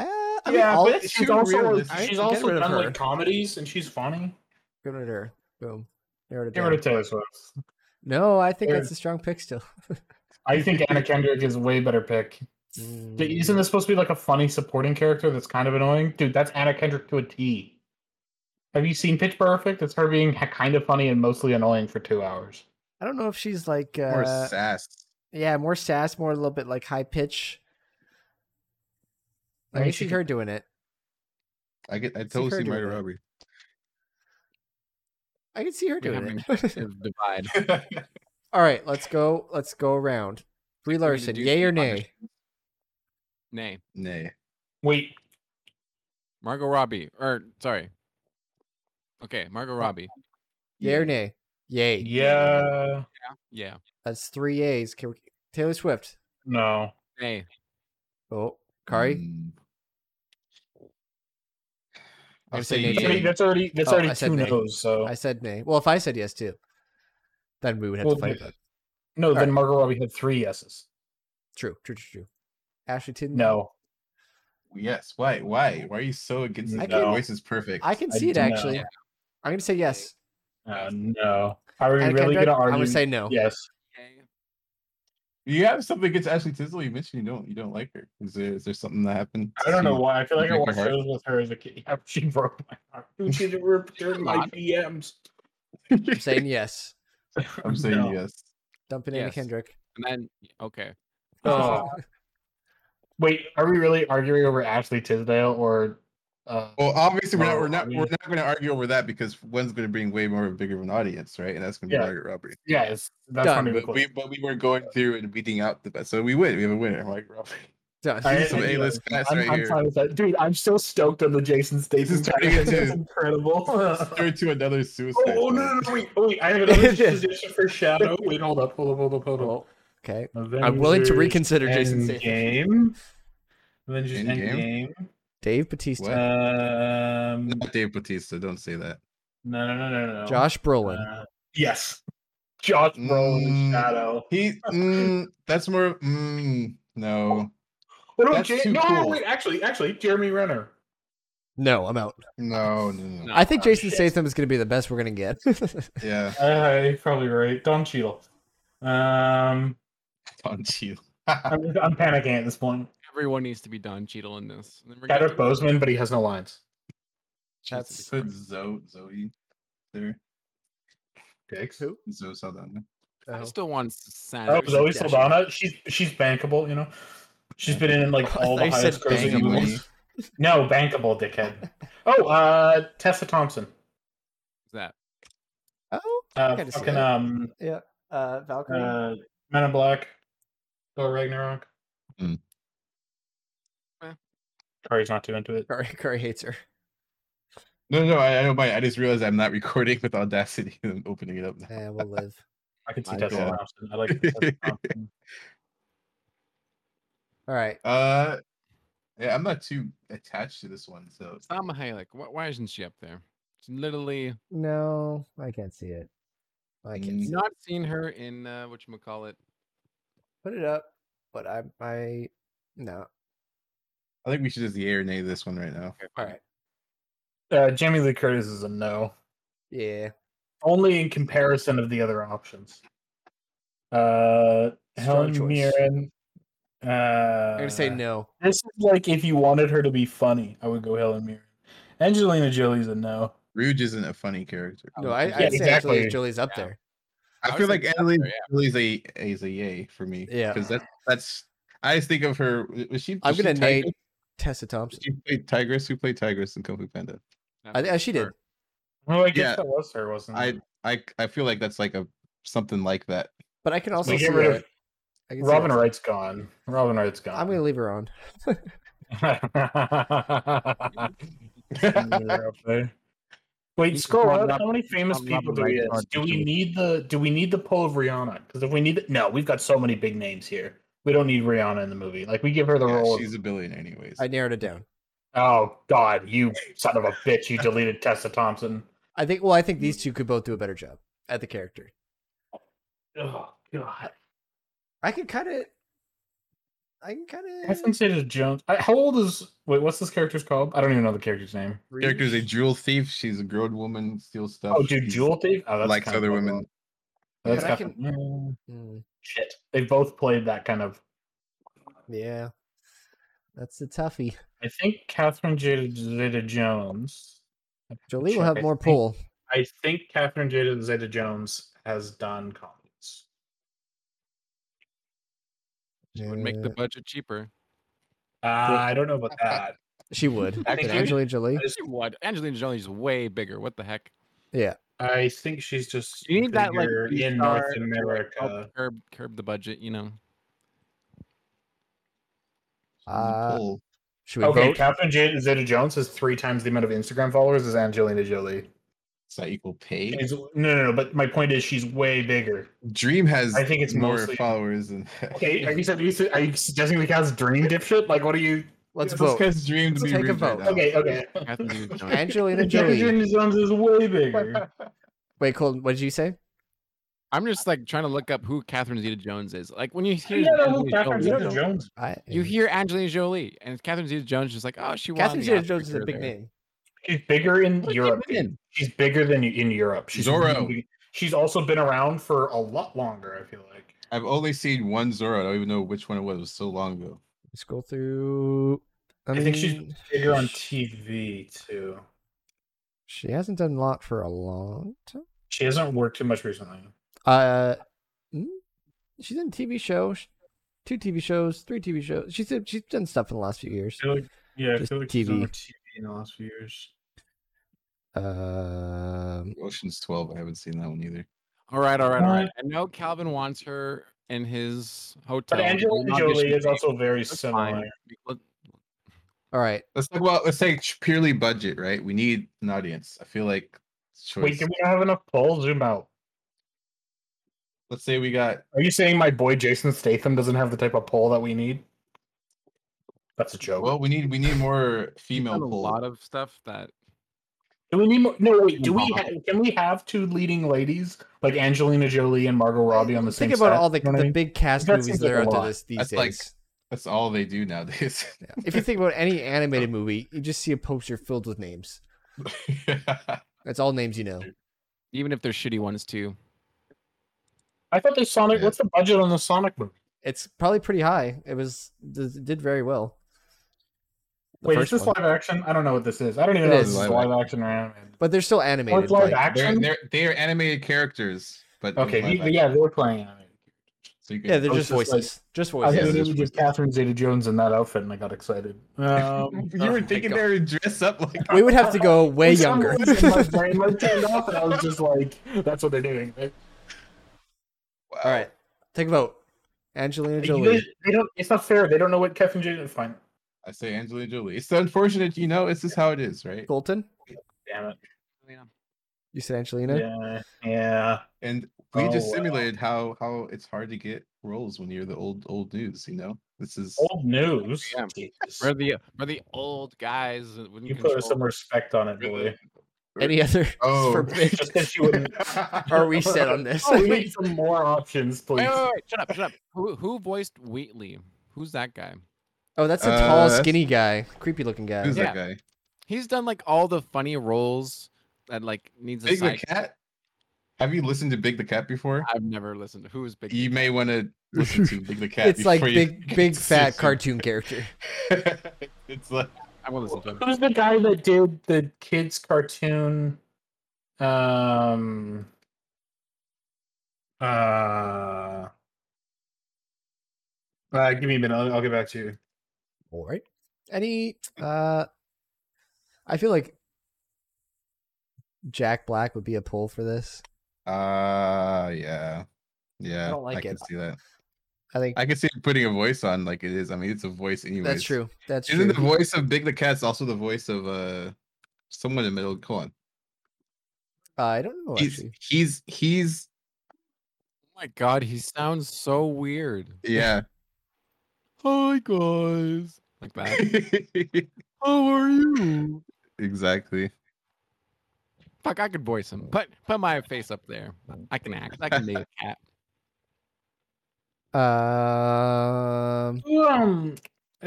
S2: I mean,
S3: Yeah,
S2: all-
S3: but
S4: it's
S3: she's
S4: too
S3: also
S4: realistic.
S2: I
S3: she's
S2: get
S3: also
S2: rid of
S3: done
S2: her.
S3: like comedies and she's funny.
S2: Get rid of her. Boom. Get rid of
S3: Get rid of
S2: Taylor.
S3: Taylor Swift.
S2: No, I think
S3: Taylor.
S2: that's a strong pick still.
S3: I think Anna Kendrick is a way better pick. But Isn't this supposed to be like a funny supporting character that's kind of annoying? Dude, that's Anna Kendrick to a T. Have you seen Pitch Perfect? It's her being ha- kind of funny and mostly annoying for two hours.
S2: I don't know if she's like
S4: More
S2: uh,
S4: sass.
S2: yeah, more sass, more a little bit like high pitch.
S3: I
S2: Like, I
S3: mean,
S2: see
S3: she
S2: her doing it.
S4: I get. I
S2: see her
S4: totally see
S2: doing
S4: Margot
S2: that.
S4: Robbie.
S2: I can see her
S1: We
S2: doing
S1: have
S2: it.
S1: divide.
S2: All right, let's go. Let's go around.
S1: We
S2: Brie
S1: need to
S2: Larson,
S1: do
S2: yay
S1: some
S2: or nay?
S1: auditions. Nay,
S4: Nay.
S3: Wait,
S1: Margot Robbie, or sorry. Okay, Margot Robbie.
S2: Yay or nay? Yay.
S3: yeah,
S1: Yeah.
S2: That's three yays. Can we, Taylor Swift.
S3: no.
S1: Nay.
S2: Oh, Kari.
S4: Mm.
S2: I'm
S4: I'll
S2: gonna say nay
S4: say
S2: too.
S3: That's
S4: yay.
S3: already that's already, that's
S2: Oh, I
S3: already
S2: said
S3: two
S2: nay.
S3: no's. So
S2: I said nay. Well, if I said yes too, then we would have
S3: Well,
S2: to fight
S3: the-
S2: about it.
S3: no, then
S2: Alright.
S3: Margot Robbie had three yeses.
S2: True, true, true, true. Ashley Tisdale.
S3: No,
S4: Yes. Why? Why? Why are you so against
S3: I
S4: it? Your
S3: can-
S4: voice is perfect.
S2: I can
S3: I
S2: see it
S3: do not.
S2: actually. I'm gonna say yes.
S3: uh, no. Are we
S2: Anna
S3: really
S2: Kendrick,
S3: going to argue?
S2: I'm gonna say no.
S3: yes.
S1: Nay.
S4: You have something against Ashley Tisdale. You mentioned you don't. You don't like her. Is there? Is there something that happened?
S3: I don't know
S4: to-
S3: why. I feel like I
S4: break your
S3: watched
S4: heart?
S3: shows with her as a kid. Yeah, she broke my heart. Dude, She repaired my
S1: Lot.
S3: DMs.
S2: I'm saying yes.
S4: I'm saying
S3: No.
S4: yes.
S2: Dumping Anna
S1: Yes.
S2: Kendrick.
S1: And then okay.
S3: Oh. Wait, are we really arguing over Ashley Tisdale or Uh,
S4: Well, obviously we're not
S3: Oh,
S4: we're
S3: I
S4: not
S3: mean-
S4: we're not going to argue over that because one's going to bring way more bigger of an audience, right? And that's going to be
S3: Yeah.
S4: Margaret Robbery.
S3: yeah, it's, that's
S2: Done,
S3: not even
S4: But
S3: close.
S4: we but we were going through and beating out the best, so we win. We have a winner, Margaret Robbery.
S2: Done.
S3: I-
S4: Some
S3: I-
S4: A list cast
S3: I'm,
S4: right
S3: I'm
S4: here.
S3: fine with that, dude. I'm so stoked on the Jason Statham.
S4: This is turning
S3: character.
S4: into-
S3: That's incredible.
S4: Through to another suicide.
S3: Oh, oh, no, no,
S4: Squad.
S3: no, wait, wait! I have
S2: It
S3: another
S2: is.
S3: suggestion for Shadow. Wait, hold up, hold up, hold up, hold up.
S2: Oh, okay. I'm willing to
S3: Avengers
S2: reconsider Jason Statham.
S3: Endgame. Avengers
S4: Endgame?
S3: Endgame.
S2: Dave Batista.
S4: What?
S3: Um,
S4: Not Dave Bautista. Don't say that.
S3: no, no, no, no, no.
S2: Josh Brolin.
S3: Uh, yes. Josh Brolin
S4: Mm.
S3: and Shadow.
S4: He. Mm, that's more. Mm, no.
S3: Oh, no,
S4: That's
S3: Ja-
S4: too
S3: no, no,
S4: cool.
S3: wait, actually, actually, Jeremy Renner.
S2: no, I'm out.
S4: No. No. no, no.
S1: No.
S2: I think
S3: oh,
S2: Jason
S3: shit.
S2: Statham is going to be the best we're going to get.
S4: Yeah.
S3: Uh, you're probably right. Don Cheadle. Um,
S4: Don Cheadle.
S3: I'm, I'm panicking at this point.
S1: Everyone needs to be Don Cheadle in this. And then we're gonna
S3: Chadwick
S1: do-
S3: Boseman, but he has no lines.
S4: That's
S1: Jesus
S4: put
S1: Christ.
S4: Zoe. Zoe. There.
S3: Dicks.
S2: Who?
S4: Zoe Saldana.
S1: I
S2: Oh.
S1: still want Sandra.
S3: Oh, Zoe
S2: Dasher.
S3: Saldana. She's she's bankable, you know. She's been in like
S2: Oh, I
S3: all
S2: thought
S3: the
S2: you
S3: highest
S2: said
S3: grossing
S2: bankable.
S3: movies. No, bankable, dickhead. Oh, uh, Tessa Thompson.
S1: Who's that?
S2: Oh, I
S3: Uh,
S2: gotta see
S3: fucking
S2: that.
S3: um,
S2: yeah. Uh, Valkyrie.
S3: uh, Men in Black. Thor Ragnarok.
S4: Hmm.
S1: Eh.
S3: Sorry, not too into it.
S2: Kari, Kari hates her.
S4: No, no, I, I don't mind. I just realized I'm not recording with Audacity and I'm opening it up. now.
S2: Eh, we'll live.
S3: I can see
S1: My
S3: Tessa
S4: God.
S3: Thompson. I like Tessa Thompson.
S2: All right.
S4: Uh, yeah, I'm not too attached to this one, so
S1: Salma Hayek. Why, why isn't she up there? She's literally
S2: No, I can't see it. I can't
S4: Mm.
S2: see it.
S1: not seen her in uh, what you call it.
S2: Put it up, but I, I, no.
S4: I think we should just yay or nay this one right now.
S2: All right.
S3: Uh, Jamie Lee Curtis is a no.
S2: Yeah.
S3: only in comparison of the other options. Uh, Helen
S2: choice.
S3: Mirren. Uh,
S2: I'm going to say no.
S3: This is like if you wanted her to be funny, I would go Helen Mirren. Angelina Jolie's a no.
S4: Rouge isn't a funny character.
S2: No, I,
S3: yeah,
S2: I'd say actually
S3: exactly.
S2: Julie's up
S1: Yeah.
S2: there.
S4: I,
S1: I would
S4: feel
S1: say
S4: like
S1: it's up
S4: Angelina
S1: there,
S4: Jolie's a is a yay for me.
S2: Yeah.
S4: because that's that's I just think of her. w- Was she?
S2: I'm
S4: was she
S2: going to name
S4: Tigress?
S2: Tessa Thompson.
S4: She played Tigress. Who played Tigress in Kung Fu Panda?
S2: I, think- uh, she did.
S1: Sure.
S3: Well, I
S4: Yeah.
S3: guess that was her, wasn't it?
S4: I I I feel like that's like a something like that.
S2: But I can also
S3: get
S2: see
S3: rid of
S2: her. I can see
S3: Robin
S2: her.
S3: Wright's gone. Robin Wright's gone.
S2: I'm going to leave her on.
S3: You're up there. Wait,
S1: You-
S3: scroll
S1: Rob-
S3: up.
S1: Rob-
S3: How many famous
S1: Rob-
S3: people
S1: Robin
S3: do we
S1: Wright's
S3: have?
S1: not
S3: Do we
S1: Jimmy.
S3: need the Do we need the poll of Rihanna? Because if we need it, no, we've got so many big names here. We don't need Rihanna in the movie. Like we give her the
S4: Yeah,
S3: role. of-
S4: she's a billion anyways.
S2: I narrowed it down.
S3: Oh God, you son of a bitch! You deleted Tessa Thompson.
S2: I think, well, I think these two could both do a better job at the character.
S3: Oh God,
S2: I can kind of, I can kind
S3: Catherine
S2: of.
S3: Zeta-Jones. I- How old is? Wait, what's this character's called? I don't even know the character's name.
S4: Character's a jewel thief. She's a grown woman, steals stuff.
S3: Oh, dude,
S4: she's-
S3: Jewel Thief. Oh,
S4: likes
S3: kinda
S4: other
S3: fucked
S4: women.
S3: up. That's
S2: But I
S3: kind of Mm,
S2: Mm,
S3: shit. They both played that kind of.
S2: yeah. That's a toughie.
S3: I think Catherine Jada Zeta Jones.
S2: Jolie will have more
S3: pull.
S2: pull.
S3: I think Catherine Jada Zeta Jones has done comedies.
S1: She would make the
S2: Uh,
S1: budget cheaper.
S3: Uh, I don't know about that.
S2: She would.
S3: I think
S2: But Angelina Jolie.
S3: I just-
S1: She would. Angelina Jolie's way bigger. What the heck?
S3: I think she's just
S1: You need that like
S3: bigger
S1: B
S3: in
S1: star
S3: North
S1: to, like, help
S3: America.
S1: Curb curb the budget. You know.
S4: she's a
S2: Uh,
S4: pole.
S2: Should we
S3: Okay,
S2: vote?
S3: Catherine Jada Zeta Jones has three times the amount of Instagram followers as Angelina Jolie.
S4: Is that equal pay?
S3: She's- no, no, no. But my point is, she's way bigger.
S4: Dream has
S3: I think it's
S4: more
S3: mostly-
S4: followers than
S3: Okay, are you, are you, are you suggesting we cast Dream Dipshit? Like, what are you?
S2: Let's
S4: this
S2: vote.
S4: guy's dream to
S2: Let's
S4: be
S2: take a
S4: rich right
S2: vote.
S4: now.
S3: Okay, okay.
S1: Catherine Zeta-Jones.
S2: Angelina Jolie.
S3: Catherine Zeta Jones is way bigger.
S2: Wait, Colton, what did you say?
S1: I'm just like trying to look up who Catherine Zeta Jones is. Like when you hear
S3: You don't know who
S1: Angelina
S3: Catherine
S1: Jolie,
S3: Zeta Jones. is.
S2: I
S1: you hear Angelina Jolie and Catherine Zeta Jones is like, oh, she won.
S2: Catherine
S1: the
S2: Zeta
S1: Oscar
S2: Jones is a
S1: for
S2: big
S1: her."
S2: name.
S3: She's bigger in
S1: What do you
S3: Europe.
S1: mean?
S3: She's bigger than you in Europe. She's
S4: Zorro.
S3: really- she's also been around for a lot longer. I feel like.
S4: I've only seen one Zoro. I don't even know which one it was. It was so long ago.
S2: Scroll through. I,
S3: I
S2: mean,
S3: think she's Bigger on
S2: sh-
S3: TV too.
S2: She hasn't done a lot for a long time.
S3: She hasn't worked too much recently.
S2: Uh, mm, she's in TV shows, two TV shows, three TV shows. She's she's done stuff in the last few years.
S3: feel like, yeah,
S2: Just
S3: I feel like she's on
S2: TV.
S3: her TV seen in the last few years.
S2: Um,
S4: Ocean's Twelve. I haven't seen that one either.
S1: All right, all right, all right. I know Calvin wants her in his hotel.
S3: But Angelina
S1: Not
S3: Jolie is
S1: auditioning.
S3: also very
S1: That's
S3: similar.
S1: fine. Let-
S2: all right.
S4: Let's talk about. Let's say ch- purely budget, right? We need an audience. I feel like it's choice.
S3: Wait, do we not have enough polls? Zoom out.
S4: let's say we got.
S3: Are you saying my boy Jason Statham doesn't have the type of poll that we need? That's a joke.
S4: Well, we need we need more
S1: He's
S4: female
S1: done a
S4: pool.
S1: lot of stuff that
S3: do we need more? No, wait. Do we?
S1: Wow.
S3: Ha- can we have two leading ladies like Angelina Jolie and Margot Robbie on the same?
S2: Think about
S3: set?
S2: all the,
S3: You know what
S2: the
S3: I mean?
S2: big cast
S3: That
S2: movies
S3: seems
S2: that
S3: like
S2: are
S3: a
S2: out there
S3: lot.
S2: this, these
S4: That's
S2: days.
S4: like- That's all they do nowadays.
S2: Yeah. If you think about any animated movie, you just see a poster filled with names. That's all names you know.
S1: even if they're shitty ones too.
S3: I thought they Sonic.
S4: Yeah.
S3: What's the budget on the Sonic movie?
S2: It's probably pretty high. It was it did very well. The
S3: Wait, is
S2: first
S3: this
S2: one.
S3: live action? I don't know what this is. I don't even
S2: It
S3: know if
S2: is.
S3: this is
S4: Live
S3: live action or animated.
S2: but they're still
S3: Oh, it's
S2: animated.
S3: live
S2: like-
S4: they're,
S3: action.
S4: they're they are animated characters, but there's
S3: Okay,
S4: live
S3: the-
S4: action,
S3: yeah, they're playing animated.
S4: so you can-
S2: yeah, they're
S3: I was
S2: just
S3: just
S2: voices.
S3: like-
S2: just
S3: I
S4: yeah,
S2: voices.
S3: think it
S4: there's
S3: was just
S4: voices.
S3: Catherine Zeta-Jones in that outfit, and I got excited. Um,
S4: you
S1: oh my
S4: were thinking
S1: God.
S4: they would dress up like
S2: we would have to go way
S3: for some
S2: younger.
S3: reason, my brain like turned off, and I was just like, "That's what they're doing." Right?
S2: All right, take a vote. Angelina
S3: You
S2: Jolie.
S3: guys- they don't. It's not fair. They don't know what Catherine Zeta. Fine.
S4: I say Angelina Jolie. It's unfortunate, you know. It's just how it is, right?
S2: Colton,
S3: Damn it.
S1: Yeah.
S2: you said Angelina.
S3: Yeah. Yeah.
S4: And we
S3: Oh,
S4: just
S3: wow.
S4: simulated how how it's hard to get roles when you're the old old news. You know, this is
S3: Old news.
S1: Yeah.
S3: Jesus.
S1: We're the we're the old guys. that wouldn't
S3: You put some
S1: control-
S3: respect on it, boy.
S2: Any other?
S4: Oh.
S2: for
S3: Just 'cause you wouldn't.
S2: Are we set on this?
S3: Oh, we need some more options, please.
S1: Wait, wait, wait, shut up, shut up. Who who voiced Wheatley? Who's that guy?
S2: Oh, that's a
S4: Uh,
S2: tall,
S4: that's-
S2: skinny guy, creepy looking guy.
S4: who's
S1: Yeah.
S4: that guy?
S1: He's done like all the funny roles that like needs a
S4: Big the
S1: side.
S4: Cat. Have you listened to Big the Cat before?
S1: I've never listened to who's Big.
S4: You may want to listen to Big the Cat.
S2: it's like
S4: before you
S2: big,
S4: make a
S2: big fat
S4: decision.
S2: cartoon character.
S4: it's like
S1: I won't listen to him.
S3: Who's the guy that did the kids cartoon? Um. Uh. Uh, give me a minute. I'll, I'll get back to you.
S2: All right. Any? Uh, I feel like Jack Black would be a pull for this.
S4: uh yeah. Yeah,
S2: don't like
S4: can
S2: it.
S4: see that.
S2: I think
S4: I can see putting a voice on like it is. I mean, it's a voice anyway.
S2: that's true. That's
S4: Isn't
S2: true.
S4: the voice of Big the Cat's also the voice of uh someone in the middle? Come on,
S2: Uh, I don't know
S4: he's
S2: actually.
S4: he's he's
S1: Oh my god, he sounds so weird.
S4: yeah.
S1: Hi guys, like that.
S4: How are you? Exactly.
S1: Fuck, I could voice him. Put put my face up there. I can act. I can be a cat.
S2: Um,
S3: Who um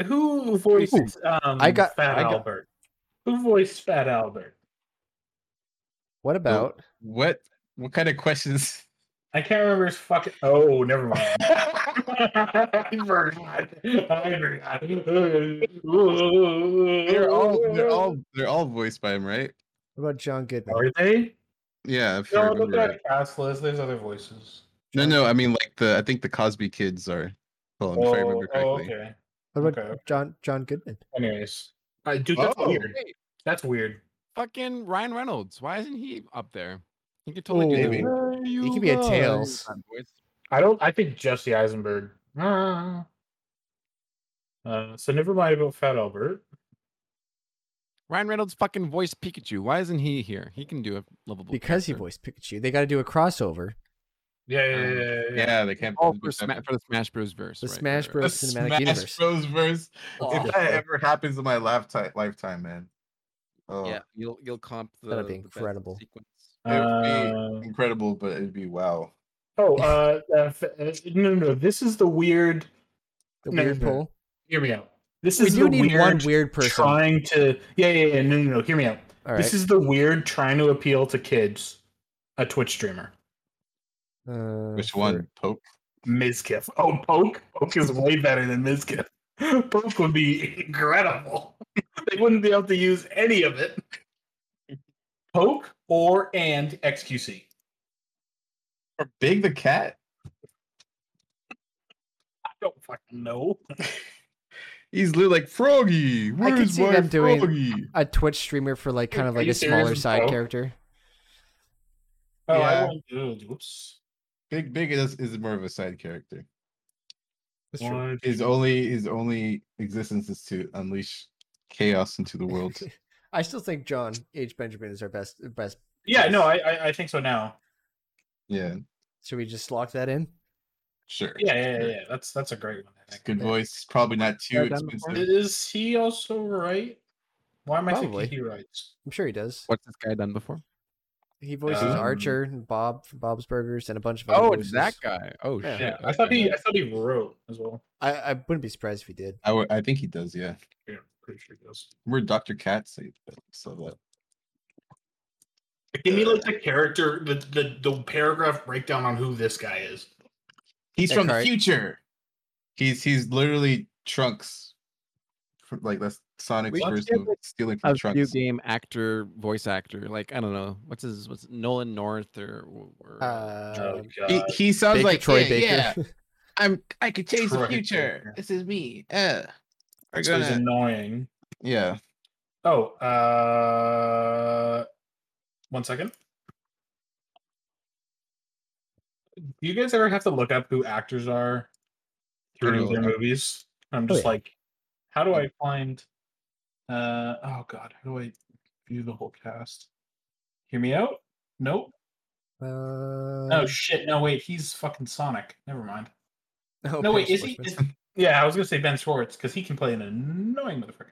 S3: who voiced um
S2: I got-
S3: Fat
S2: I got-
S3: Albert? Who voiced Fat Albert?
S2: what about?
S4: What what kind of questions?
S3: I can't remember his fucking. Oh, never mind. I forgot. I forgot.
S4: They're
S3: They're
S4: all they're all they're all voiced by him, right?
S2: What about John Goodman?
S3: Are they?
S4: Yeah. If I
S3: No, look
S4: remember
S3: at
S4: right.
S3: the cast list. There's other voices.
S4: No, no. I mean, like the I think the Cosby Kids are. Well, if I remember
S3: oh,
S4: correctly.
S3: okay.
S2: What about
S3: okay.
S2: John John Goodman?
S3: Anyways, I Uh, dude, that's
S4: Oh.
S3: weird.
S1: Wait,
S3: That's weird.
S1: fucking Ryan Reynolds. Why isn't he up there? He could totally
S2: Ooh.
S1: do
S4: Maybe.
S1: that.
S2: He could be a Tails.
S3: I don't. I think Jesse Eisenberg. Ah. Uh, so never mind about Fat Albert.
S1: Ryan Reynolds fucking voiced Pikachu. Why isn't he here? He can do a lovable.
S2: Because he
S1: character.
S2: voiced Pikachu, they got to do a crossover.
S3: Yeah, yeah, yeah. yeah, yeah.
S4: Yeah, they can't.
S1: all
S4: they
S1: for,
S4: can't-
S1: Sma- for the Smash Bros. verse.
S2: The
S1: right,
S2: Smash
S1: right,
S4: the
S1: right.
S2: Bros. cinematic
S4: Smash
S2: universe.
S4: Bros. verse.
S2: Oh,
S4: If that ever happens in my lifetime, lifetime, man. Oh,
S1: Yeah, you'll you'll comp the
S2: That'd be
S1: the best
S2: incredible.
S1: sequence.
S3: Uh,
S4: incredible, but it'd be wow.
S3: oh, uh, uh, f- uh, no, no, no. This is the weird.
S2: the
S3: No,
S2: weird
S3: no, no.
S2: pull.
S3: Hear me out. This
S2: We
S3: is
S2: do
S3: the
S2: need
S3: weird
S2: one weird person.
S3: trying to. Yeah, yeah, yeah. No, no, no. Hear me out.
S2: All right.
S3: This is the weird trying to appeal to kids. A Twitch streamer,
S2: uh,
S4: Which
S2: for-
S4: one? Pope.
S3: Mizkiff. Oh, Poke. Poke is way better than Mizkiff. Poke would be incredible. they wouldn't be able to use any of it. Poke or and XQC.
S4: Or Big the Cat?
S3: I don't fucking know.
S4: He's literally like Froggy.
S2: could
S4: Where's
S2: see
S4: my
S2: them doing-
S4: Froggy?
S2: a Twitch streamer for like kind of
S3: Are
S2: like
S3: you
S2: a smaller
S3: serious,
S2: side
S3: bro?
S2: character.
S3: Oh,
S4: Yeah.
S3: I won't do it. Oops.
S4: Big Big is, is more of a side character.
S2: That's
S3: One,
S4: His only his only existence is to unleash chaos into the world.
S2: I still think John H. Benjamin is our best best.
S3: Yeah, no, I, I I think so now.
S4: yeah,
S2: Should we just lock that in?
S4: sure.
S3: Yeah, yeah, yeah,
S4: sure.
S3: yeah. That's that's a great one. I
S4: It's
S3: think.
S4: Good voice. Probably not too
S1: Yeah, done before.
S4: expensive.
S3: Is he also right? Why am I
S2: Probably.
S3: thinking he writes?
S2: I'm sure he does.
S1: What's this guy done before?
S2: He voices
S3: Um,
S2: Archer and Bob from Bob's Burgers and a bunch of other
S1: Oh, it's
S2: voices.
S1: that guy. Oh
S2: Yeah.
S1: shit.
S3: Yeah, I thought
S1: okay.
S3: he I thought he wrote as well.
S2: I, I wouldn't be surprised if he did.
S4: I would- I think he does. Yeah,
S3: Yeah, pretty sure he does.
S4: we're Doctor Cat. So so that
S3: Give me like the character, the the, the paragraph breakdown on who this guy is.
S4: he's
S2: Yeah,
S4: from the
S2: correct.
S4: future. He's he's literally Trunks. From, like that's Sonic's
S1: Let's
S4: first
S1: get
S4: name, stealing
S1: a
S4: from
S1: video
S4: Trunks.
S1: game actor, voice actor. Like I don't know what's his what's Nolan North or, or
S2: Uh,
S3: Oh, God.
S4: He, he sounds
S2: Baker,
S4: like
S2: Troy
S4: yeah,
S2: Baker.
S4: yeah. I'm I could change
S3: Troy
S4: the future.
S3: Baker.
S4: This is me. Uh, we're
S3: This is
S4: gonna-
S3: annoying.
S4: yeah.
S3: Oh, uh, one second. Do you guys ever have to look up who actors are through
S4: Sure.
S3: their movies? I'm
S2: Oh,
S3: just
S2: yeah.
S3: like, how do I find? Uh, oh God, how do I view the whole cast? Hear me out? Nope.
S2: uh,
S3: Oh shit! No wait, he's fucking Sonic. Never mind.
S2: oh,
S3: no wait,
S2: Pierce
S3: is he? Is,
S2: Brosnan.
S3: yeah, I was gonna say Ben Schwartz because he can play an annoying motherfucker.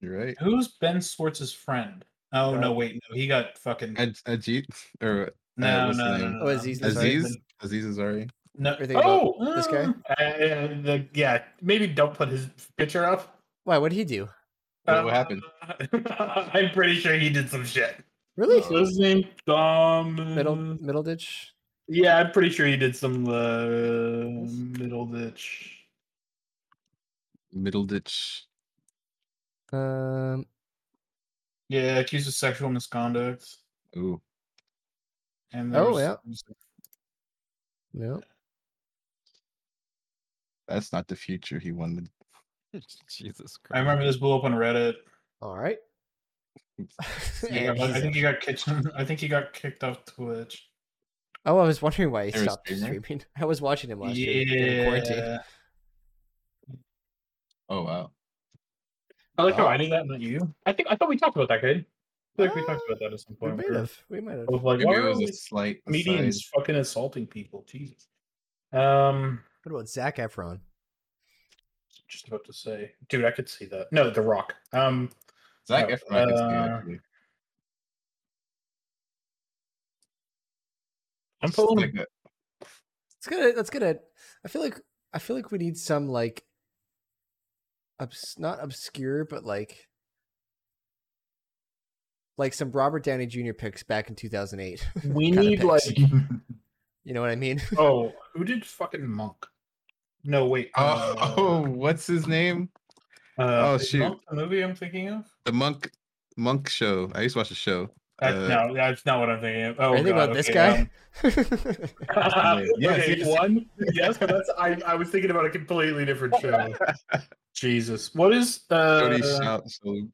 S4: You're right.
S3: Who's Ben Schwartz's friend? Oh no, wait, no, he got fucking
S4: Aj- Ajit or
S3: no,
S4: what's
S3: no,
S4: the
S3: no,
S4: name?
S3: no,
S2: Oh,
S3: no.
S2: Aziz
S3: That's
S2: Ansari?
S4: Aziz
S3: Ben-
S4: Aziz Ansari.
S3: No.
S2: You're thinking about
S3: oh,
S2: this guy?
S3: mm, uh, the, yeah, maybe don't put his picture up. Uh,
S2: Why? What did he do?
S4: What- what happened?
S3: I'm pretty sure he did some shit.
S2: Really?
S3: What's his name? Dom.
S2: middle middle ditch.
S3: Yeah, I'm pretty sure he did some uh, middle ditch.
S4: Middle ditch.
S2: Um,
S3: Yeah, accused of sexual misconduct.
S4: Ooh.
S3: And
S2: Oh,
S3: there's-
S2: no.
S4: That's not the future he wanted.
S1: Jesus Christ.
S3: I remember this blew up on Reddit.
S2: All right.
S3: He got- I think he got kicked. I think he got kicked off Twitch.
S2: oh, I was wondering why he
S4: There was
S2: stopped
S4: streamer?
S2: streaming. I was watching him last year during quarantine.
S3: Yeah.
S4: Oh wow.
S3: I like how
S4: Oh.
S3: I knew that, not you. I think I thought we talked about that, kid. I feel like we talked
S2: Uh,
S3: about that at some
S2: We
S3: point.
S2: might have. We might have.
S3: Both like,
S4: Maybe
S3: why
S4: it
S3: are
S4: was
S3: all
S4: a
S3: these
S4: slight
S3: comedians
S4: aside.
S3: fucking insulting people? Jesus. Um,
S2: What about Zach Efron?
S3: just about to say, dude, I could see that. No, The Rock. Um,
S4: Zac
S3: Oh,
S4: Efron I can see,
S3: uh,
S4: actually.
S3: I'm
S4: Just
S3: pulling.
S4: like a-
S2: Let's get it. Let's get it. I feel like I feel like we need some like, obs- not obscure, but like, like some Robert Downey Jr. picks back in two thousand eight.
S3: we
S2: kinda
S3: need like.
S2: picks. you know what I mean?
S3: oh, who did fucking Monk? No, wait.
S4: oh,
S3: uh,
S4: what's his name?
S3: uh,
S4: oh,
S3: is
S4: shoot.
S3: Monk the movie I'm thinking of.
S4: The monk monk show. I used to watch the show.
S3: That's,
S4: Uh,
S3: no, that's not what I'm thinking of. Oh,
S2: Are you thinking
S3: God,
S2: about this
S3: okay,
S2: guy?
S3: um,
S4: Yes,
S3: okay,
S4: yes.
S3: one. Yes, but that's I, I was thinking about a completely different show. Jesus. What is
S4: Cody
S3: uh
S4: Shout. So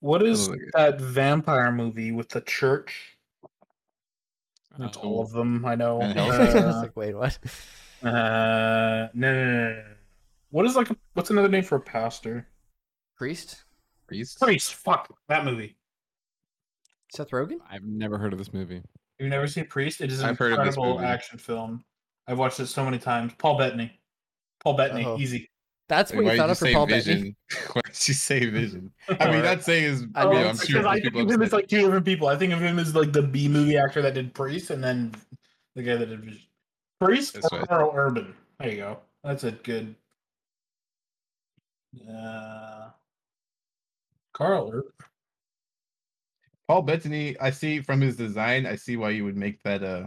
S3: what is
S4: Oh, yeah.
S3: that vampire movie with the church?
S1: Oh,
S3: It's all of them, I know.
S4: Van Helsing.
S2: I was
S3: Uh,
S2: like, wait, what?
S3: uh, no, no, no, no, no. What is like a, what's another name for a pastor?
S2: Priest?
S4: priest.
S3: Priest, fuck that movie.
S2: Seth Rogen?
S1: I've never heard of this movie.
S3: You've never seen Priest? It is an
S4: I've heard of this
S3: incredible
S4: movie.
S3: action film. I've watched it so many times. Paul Bettany. Paul Bettany,
S2: Oh.
S3: easy.
S2: That's
S4: Wait,
S2: what
S4: why
S2: you
S4: did
S2: thought
S4: you
S2: of for
S4: say
S2: Paul Bettany.
S4: vision? Why did you say vision? I mean,
S3: Alright.
S4: not saying is.
S2: I
S4: I
S3: Oh,
S4: mean,
S2: know,
S4: I'm
S2: it's
S4: sure
S3: because I think
S4: people
S3: of him as
S4: upset.
S3: like two different people. I think of him as like the B movie actor that did Priest, and then the guy that did Vision. Priest
S4: That's
S3: or
S4: right.
S3: Carl Urban. There you go. That's a good. Uh, Carl Urban.
S4: Paul Bettany. I see from his design. I see why you would make that. Uh,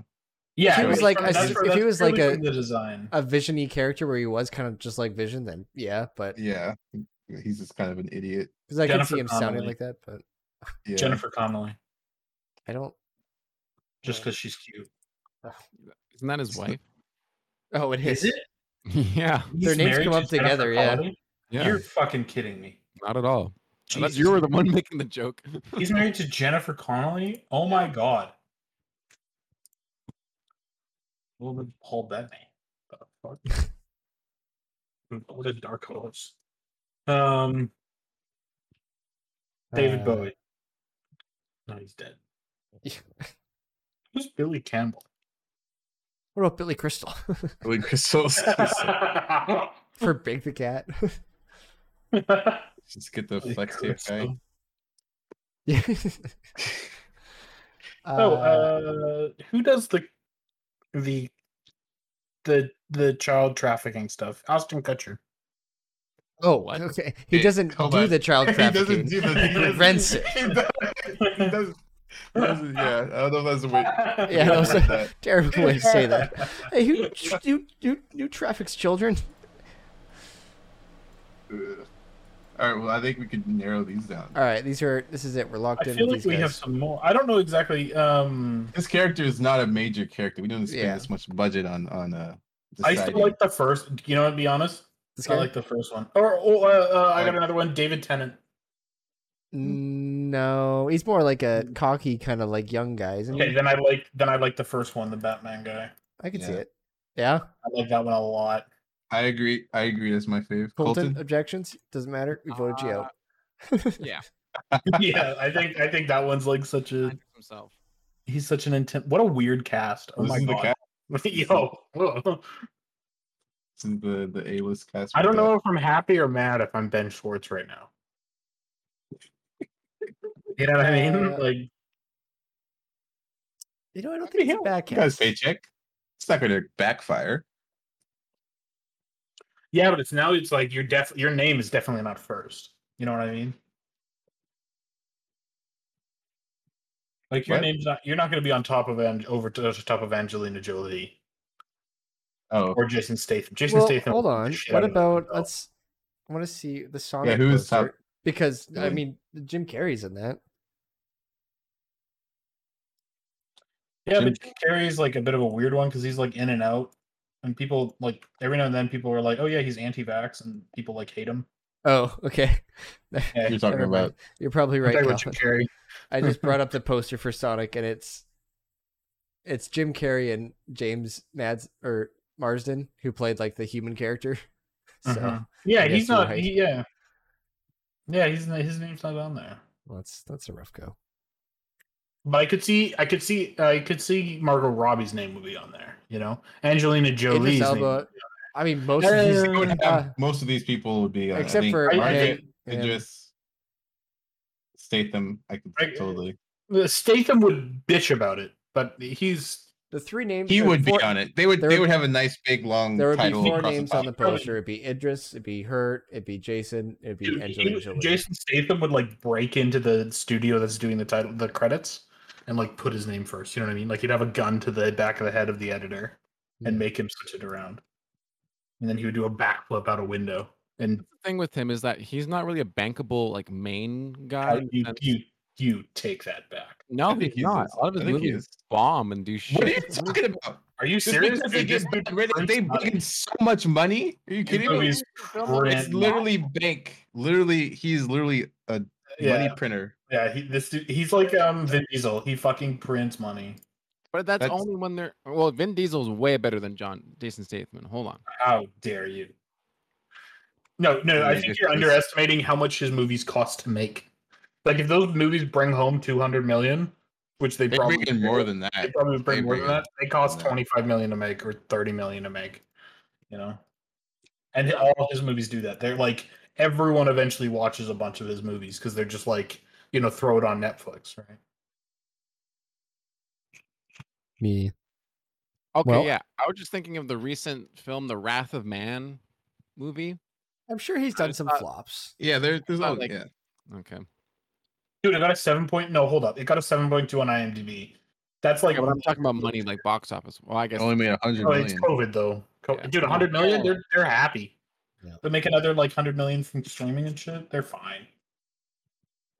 S3: Yeah,
S4: If he
S3: it
S4: was like
S3: from-
S4: a-
S3: that's
S4: if
S3: where-
S2: he
S3: that's
S2: was like
S3: purely
S2: a-
S3: from the design.
S2: A visiony character where he was kind of just like Vision, then yeah, but
S4: yeah, he's just kind of an idiot.
S2: because I can
S3: Jennifer
S2: see him sounding
S3: Connelly.
S2: like that, but
S4: Yeah.
S3: Jennifer Connelly,
S2: I don't.
S3: just
S2: Yeah.
S3: because she's cute.
S1: Isn't that his
S4: It's-
S1: wife?
S2: Oh, it is.
S1: yeah.
S2: Their names come up together, yeah.
S1: Yeah,
S3: You're fucking kidding me.
S1: not at all. Unless
S3: Jesus.
S1: you were the one making the joke.
S3: He's married to Jennifer Connelly. Oh my god. Well, then Paul Bettany. The fuck? what a dark horse. Um, David
S2: Uh,
S3: Bowie. No, he's dead. Who's Billy Campbell?
S2: What about Billy Crystal
S4: Billy Crystal's.
S2: for Big the Cat?
S4: Just get the
S3: Billy
S4: flex tape guy.
S3: Crystal.
S2: Yeah.
S3: oh,
S2: Uh,
S3: uh, who does the the the the child trafficking stuff? Austin Kutcher.
S2: oh,
S1: what?
S2: okay. He
S4: Okay,
S2: doesn't
S4: hold
S2: do
S4: on.
S2: the child trafficking.
S4: do the.
S3: He
S2: rents it.
S4: He doesn't- he doesn't- he doesn't- yeah, I don't know if that's the way.
S2: Yeah,
S4: I
S2: no, so-
S4: read that.
S2: Terrible way to say that. Hey, who, who, who, who traffics children?
S4: Ugh. All right, well, I think we could narrow these down.
S2: All right, these are. This is it. We're locked
S3: I
S2: in
S3: feel
S2: with
S3: like
S2: these
S3: we have
S2: guys.
S3: some more. I don't know exactly. Um,
S4: This character is not a major character. We don't spend
S2: Yeah.
S4: this much budget on on uh.
S3: I
S4: deciding.
S3: still like the first. You know, what, to be honest,
S2: This
S3: I
S2: guy?
S3: like the first one. Or oh, uh, uh, I got
S4: I like-
S3: another one. David Tennant.
S2: mm, No, he's more like a cocky kind of like young guy, isn't
S3: Okay,
S2: he?
S3: then I like then I like the first one, the Batman guy.
S2: I can see
S4: Yeah.
S2: it. Yeah,
S3: I like that one a lot.
S4: I agree. I agree. That's my favorite.
S2: Colton, uh,
S4: Colton.
S2: objections doesn't matter. We voted you out.
S1: yeah,
S3: yeah, I think I think that one's like such a
S1: himself.
S3: he's such an intent. What a weird cast. Oh
S4: this
S3: my
S4: is
S3: god. Yo, whoa.
S4: the cast. This is the the A list cast.
S3: I
S4: we
S3: don't
S4: got.
S3: know if I'm happy or mad if I'm Ben Schwartz right now. You know what I mean?
S2: Uh,
S3: Like
S2: You know, I don't
S4: Hey,
S2: think it's a
S4: hell,
S2: bad
S4: You got his
S2: cast.
S4: paycheck. It's not going to backfire.
S3: yeah, but it's now it's like your def your name is definitely not first. You know what I mean? Like your
S4: What?
S3: name's not you're not going to be on top of Ang- over to, to top of Angelina Jolie
S4: Oh,
S3: or Jason Statham. Jason
S2: Well,
S3: Statham.
S2: hold
S3: will beat the
S2: on.
S3: shit
S2: What
S3: out of
S2: about
S3: himself.
S2: let's? I want to see the Sonic.
S4: who is top-
S2: poster, Because I
S4: Really?
S2: mean, Jim Carrey's in that.
S3: Yeah,
S4: Jim-
S3: but Jim Carrey is like a bit of a weird one because he's like in and out, and people like every now and then people are like, "Oh yeah, he's anti-vax," and people like hate him.
S2: Oh, okay.
S4: you're talking
S2: Never mind.
S4: about
S2: You're probably
S3: I'm
S2: right.
S3: talking about Jim
S2: Colin.
S3: Carrey.
S2: I just brought up the poster for Sonic, and it's it's Jim Carrey and James Mads or Marsden who played like the human character. So
S4: Uh-huh.
S3: Mhm. yeah,
S2: Uh-huh. I
S3: he's
S2: guess you're
S3: not.
S2: right.
S3: He, yeah, yeah, he's not, his name's not on there.
S2: well, that's that's a rough go.
S3: But I could see, I could see, uh, I could see Margot Robbie's name would be on there. You know, Angelina Jolie's
S2: Idris
S3: name.
S2: Elba. I mean, most
S3: Yeah,
S2: of these,
S3: yeah, yeah,
S4: It would have-
S2: uh,
S4: most of these people would be uh, I
S2: except
S4: think,
S2: for
S3: I-
S4: Margaret,
S2: yeah, yeah.
S4: Idris, Statham. I could
S3: I-
S4: totally.
S3: Uh, Statham would bitch about it, but he's
S2: the three names.
S4: He
S2: or
S4: would
S2: four-
S4: be on it. They would.
S2: there
S4: They
S2: would-
S4: would have a nice big long
S2: There would be
S4: title.
S2: four
S4: across
S2: names
S4: the
S2: on the
S4: top.
S2: poster. It'd be Idris. It'd be Hurt. It'd be Jason. It'd be
S3: dude, he
S2: Angelina
S3: would-
S2: Jolie.
S3: Jason Statham would like break into the studio that's doing the title, the credits, and like put his name first. You know what I mean? Like he'd have a gun to the back of the head of the editor and
S2: Hmm.
S3: make him switch it around, and then he would do a backflip out a window. And
S1: The thing with him is that he's not really a bankable like main
S3: how
S1: guy.
S3: do
S1: in the
S3: you
S1: sense-
S3: you you take that back?
S1: no,
S4: I think
S1: he's,
S4: he's
S1: not.
S4: a-
S1: A lot of his
S4: I think he
S1: movies
S4: is.
S1: bomb and do shit.
S4: What are you talking about?
S3: Are you
S4: Just
S3: serious? Dude,
S4: because they
S3: this
S4: just
S3: movie-
S4: got- they
S3: first time.
S4: made so much money. Are you
S3: this
S4: kidding me?
S3: movie's
S4: It's
S3: cringe.
S4: literally bank. Literally, he's literally a money
S3: yeah,
S4: printer.
S3: yeah. He, this dude, he's like um Vin Diesel. He fucking prints money.
S1: But that's,
S4: That's-
S1: only when they're well. Vin Diesel's way better than John Jason Statham. Hold on.
S3: How dare you? No, no,
S4: Yeah,
S3: I
S4: he
S3: think
S4: just
S3: you're
S4: is.
S3: underestimating how much his movies cost to make. Like if those movies bring home 200 million, which they,
S4: They
S3: probably
S4: bring in
S3: do,
S4: more than that.
S3: they probably bring
S4: They
S3: more
S4: bring
S3: than
S4: in-
S3: that. They cost
S4: than that.
S3: 25 million to make or 30 million to make, you know. And all of his movies do that. They're like everyone eventually watches a bunch of his movies because they're just like, you know, throw it on Netflix, right?
S2: me.
S1: Okay,
S2: Well-
S1: yeah. I was just thinking of the recent film, The Wrath of Man movie.
S2: I'm sure he's
S1: I
S2: done
S1: just
S2: some
S1: thought-
S2: flops.
S4: Yeah, there, there's
S1: Not
S4: all.
S1: like-
S4: yeah.
S1: Okay.
S3: Dude, it got a seven point no, hold up. It got a seven point two on IMDb. That's like
S1: Yeah, but I'm talking about money, like box office. Well, I
S4: It
S1: guess
S4: only made a hundred
S3: Oh,
S4: million.
S3: it's COVID though. Co-
S1: Yeah.
S3: Dude, 100 million, they're they're happy.
S2: Yeah.
S3: They make another like 100 million from streaming and shit. They're fine.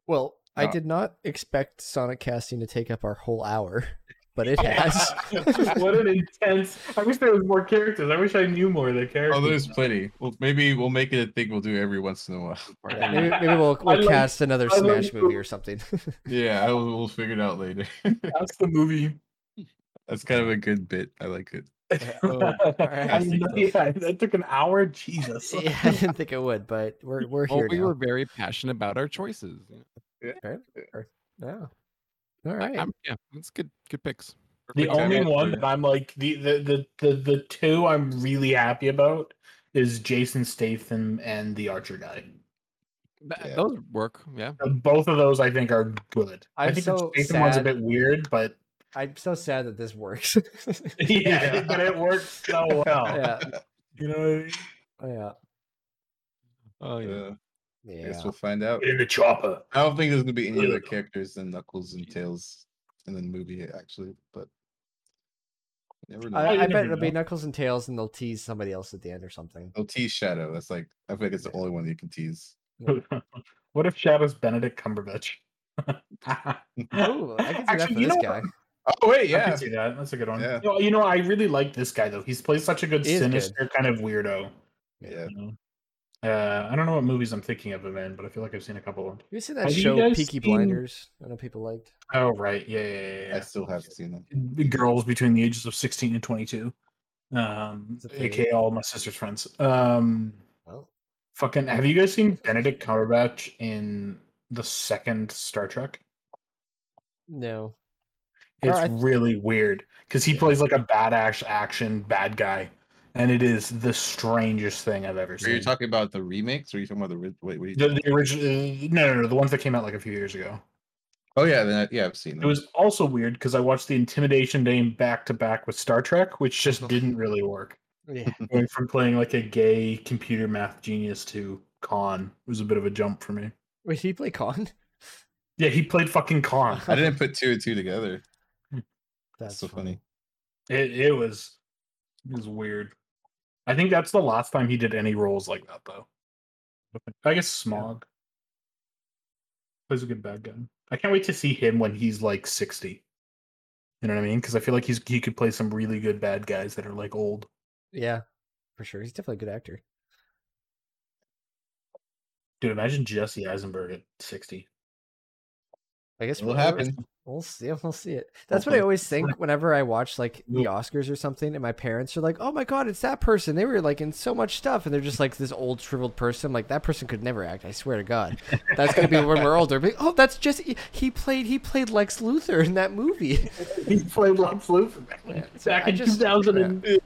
S2: Well, I
S4: Uh,
S2: did not expect Sonic casting to take up our whole hour. but it has.
S3: what an intense! I wish there was more characters. I wish I knew more of the characters.
S4: Oh, there's plenty. Well, maybe we'll make it a thing we'll do every once in a while.
S2: Yeah, maybe, maybe we'll, we'll
S3: like-
S2: cast another
S3: I like
S2: Smash movie or something.
S4: yeah, I will, we'll figure it out later.
S3: That's the movie.
S4: That's kind of a good bit. I like it.
S3: I mean,
S2: fantastic.
S3: yeah, Oh, that took an hour. Jesus.
S2: yeah, I didn't think it would, but we're we're
S1: Well,
S2: here
S1: we
S2: now.
S1: were very passionate about our choices. you know.
S2: Yeah. All
S1: I-
S2: right.
S1: I'm- yeah, it's good. Good picks.
S3: The
S1: Perfect
S3: only
S1: timing.
S3: one that I'm like the the, the the the two I'm really happy about is Jason Statham and the Archer guy. Uh,
S1: Th-
S4: Yeah.
S1: Those work. Yeah.
S3: Both of those I think are good. i
S2: I'm
S3: think
S2: so
S3: the Statham one's a
S2: sad-
S3: bit weird, but
S2: I'm so sad that this works.
S3: yeah, but it works so well.
S2: yeah.
S3: You know, what I mean?
S2: Yeah.
S1: Oh
S4: Uh, I
S2: Yeah.
S4: guess we'll find out.
S3: in the chopper.
S4: I don't think there's gonna be any
S3: Yeah.
S4: other characters than Knuckles and Tails in the movie actually, but never know.
S2: I,
S3: you
S2: I bet
S3: never
S2: it'll be
S3: know.
S2: Knuckles and Tails, and they'll tease somebody else at the end or something.
S4: They'll tease Shadow. That's like I feel like it's the only one you can tease.
S3: what if Shadow's Benedict Cumberbatch?
S2: Ooh, I can see that
S3: Actually,
S2: for
S3: you
S2: this
S3: know
S2: guy.
S4: Oh wait,
S3: Yeah, I
S4: yeah.
S3: can see that. That's a good one.
S4: Yeah.
S3: You, know, you know, I really like this guy though. He's plays such a good
S2: He is good.
S3: sinister kind of weirdo.
S4: Yeah.
S3: you know? Uh, I don't know what movies I'm thinking of him in, but I feel like I've seen a couple of them.
S2: You seen that
S3: Have you
S2: show
S3: guys
S2: Peaky
S3: seen-
S2: Blinders? I know people liked.
S3: Oh right, yeah, yeah, yeah,
S4: I
S3: yeah.
S4: still haven't seen that.
S3: The girls between the ages of 16 and 22, um,
S2: It's a thing.
S3: aka all my sister's friends. Um,
S2: Well,
S3: fucking, have you guys seen Benedict Cumberbatch in the second Star Trek?
S2: no. Or
S3: It's
S2: I-
S3: really weird because he plays like a bad ash action bad guy, and it is the strangest thing I've ever
S4: Are you
S3: seen.
S4: talking about the remakes or are you talking about the ri- wait, what are you
S3: the, the original, no, no, no, the ones that came out like a few years ago.
S4: Oh yeah, then I, yeah, I've seen
S3: It
S4: them.
S3: was also weird because I watched the Intimidation Game back to back with Star Trek, which just didn't really work.
S2: Yeah.
S4: Mm-hmm.
S3: Going from playing like a gay computer math genius to Khan was a bit of a jump for me.
S2: Wait, did he play Con?
S3: Yeah, he played fucking Khan.
S4: I didn't put two and two together.
S2: That's
S4: so funny.
S3: It it was it was weird. I think that's the last time he did any roles like that though. I guess Smog plays a good bad guy. I can't wait to see him when he's like sixty. You know what I mean? Because I feel like he's he could play some really good bad guys that are like old.
S2: Yeah, for sure. He's definitely a good actor.
S3: Dude, imagine Jesse Eisenberg at sixty.
S2: I guess
S4: It'll
S2: we'll-
S4: happen.
S2: We'll see. We'll see it. That's what I
S4: Hopefully.
S2: always think whenever I watch like the
S3: Yeah.
S2: Oscars or something, and my parents are like, "Oh my god, it's that person." They were like in so much stuff, and they're just like this old shriveled person. Like that person could never act. I swear to God, that's gonna be when we're older. But, oh, that's just he played. He played Lex Luthor in that movie.
S3: he played Lex Luthor
S2: Yeah, so
S3: back
S2: I
S3: in two
S2: just-
S3: thousand and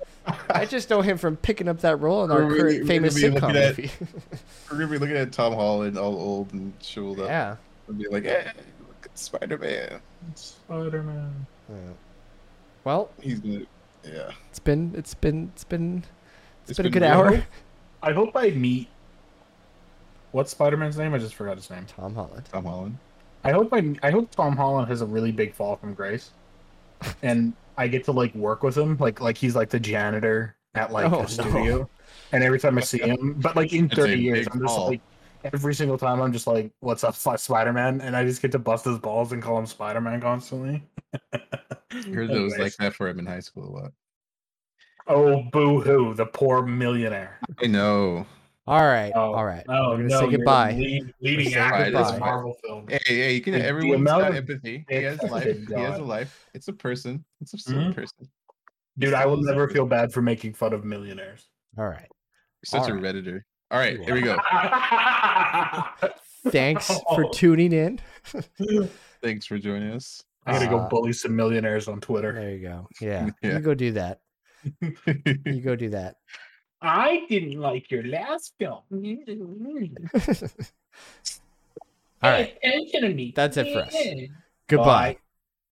S2: I just know him from picking up that role in our
S4: We're really-
S2: current
S4: we're
S2: famous
S4: gonna be
S2: sitcom
S4: looking at-
S2: movie.
S4: I remember looking at Tom Holland all old and shriveled up
S2: yeah.
S4: and be like, Hey, look at Spider Man.
S3: Spider Man.
S2: Yeah. Well,
S4: He's gonna Yeah.
S2: it's been it's been it's been
S4: It's
S2: been a good
S4: real.
S2: hour.
S3: I hope I meet what's Spider Man's name? I just forgot his name.
S2: Tom Holland.
S4: Tom Holland.
S3: I hope I, I hope Tom Holland has a really big fall from grace, and I get to like work with him, like like he's like the janitor at like
S2: Oh, no.
S3: a studio, and every time I see him, but like in
S4: That's a
S3: thirty years,
S4: big
S3: I'm just
S4: fall.
S3: like every single time I'm just like, "What's up, Spider Man?" and I just get to bust his balls and call him Spider Man constantly.
S4: I heard that was like
S3: Anyways.
S4: that for him in high school a lot.
S3: oh boo hoo, the poor millionaire.
S4: I know.
S2: All right.
S3: Oh,
S2: All right.
S3: Oh
S2: We're gonna
S3: no,
S2: say
S3: you're the
S2: goodbye.
S3: lead- leading
S2: saying
S3: actor of
S2: goodbye.
S3: this Marvel film.
S4: Hey, hey, you can
S3: The- the
S4: everyone's
S3: amount
S4: got
S3: of
S4: empathy. He has
S3: dicks I've
S4: life.
S3: been
S4: He has a
S3: got.
S4: life. It's a person. It's a
S3: Mhm.
S4: solid person.
S3: Dude, I will
S4: Sounds
S3: never
S4: good.
S3: feel bad for making fun of millionaires.
S2: All right.
S4: You're such a
S2: Alright.
S4: redditor. All right,
S2: You
S4: here we go.
S3: I
S2: Thanks for
S3: Oh.
S2: tuning in.
S4: Thanks for joining us.
S3: gotta go
S2: Uh,
S3: bully some millionaires on Twitter.
S2: There you go. Yeah.
S4: Yeah.
S2: You go do that. You go do that.
S3: I didn't like your last film.
S2: All right.
S3: Attention to me.
S2: That's it for us. Goodbye.
S3: Bye.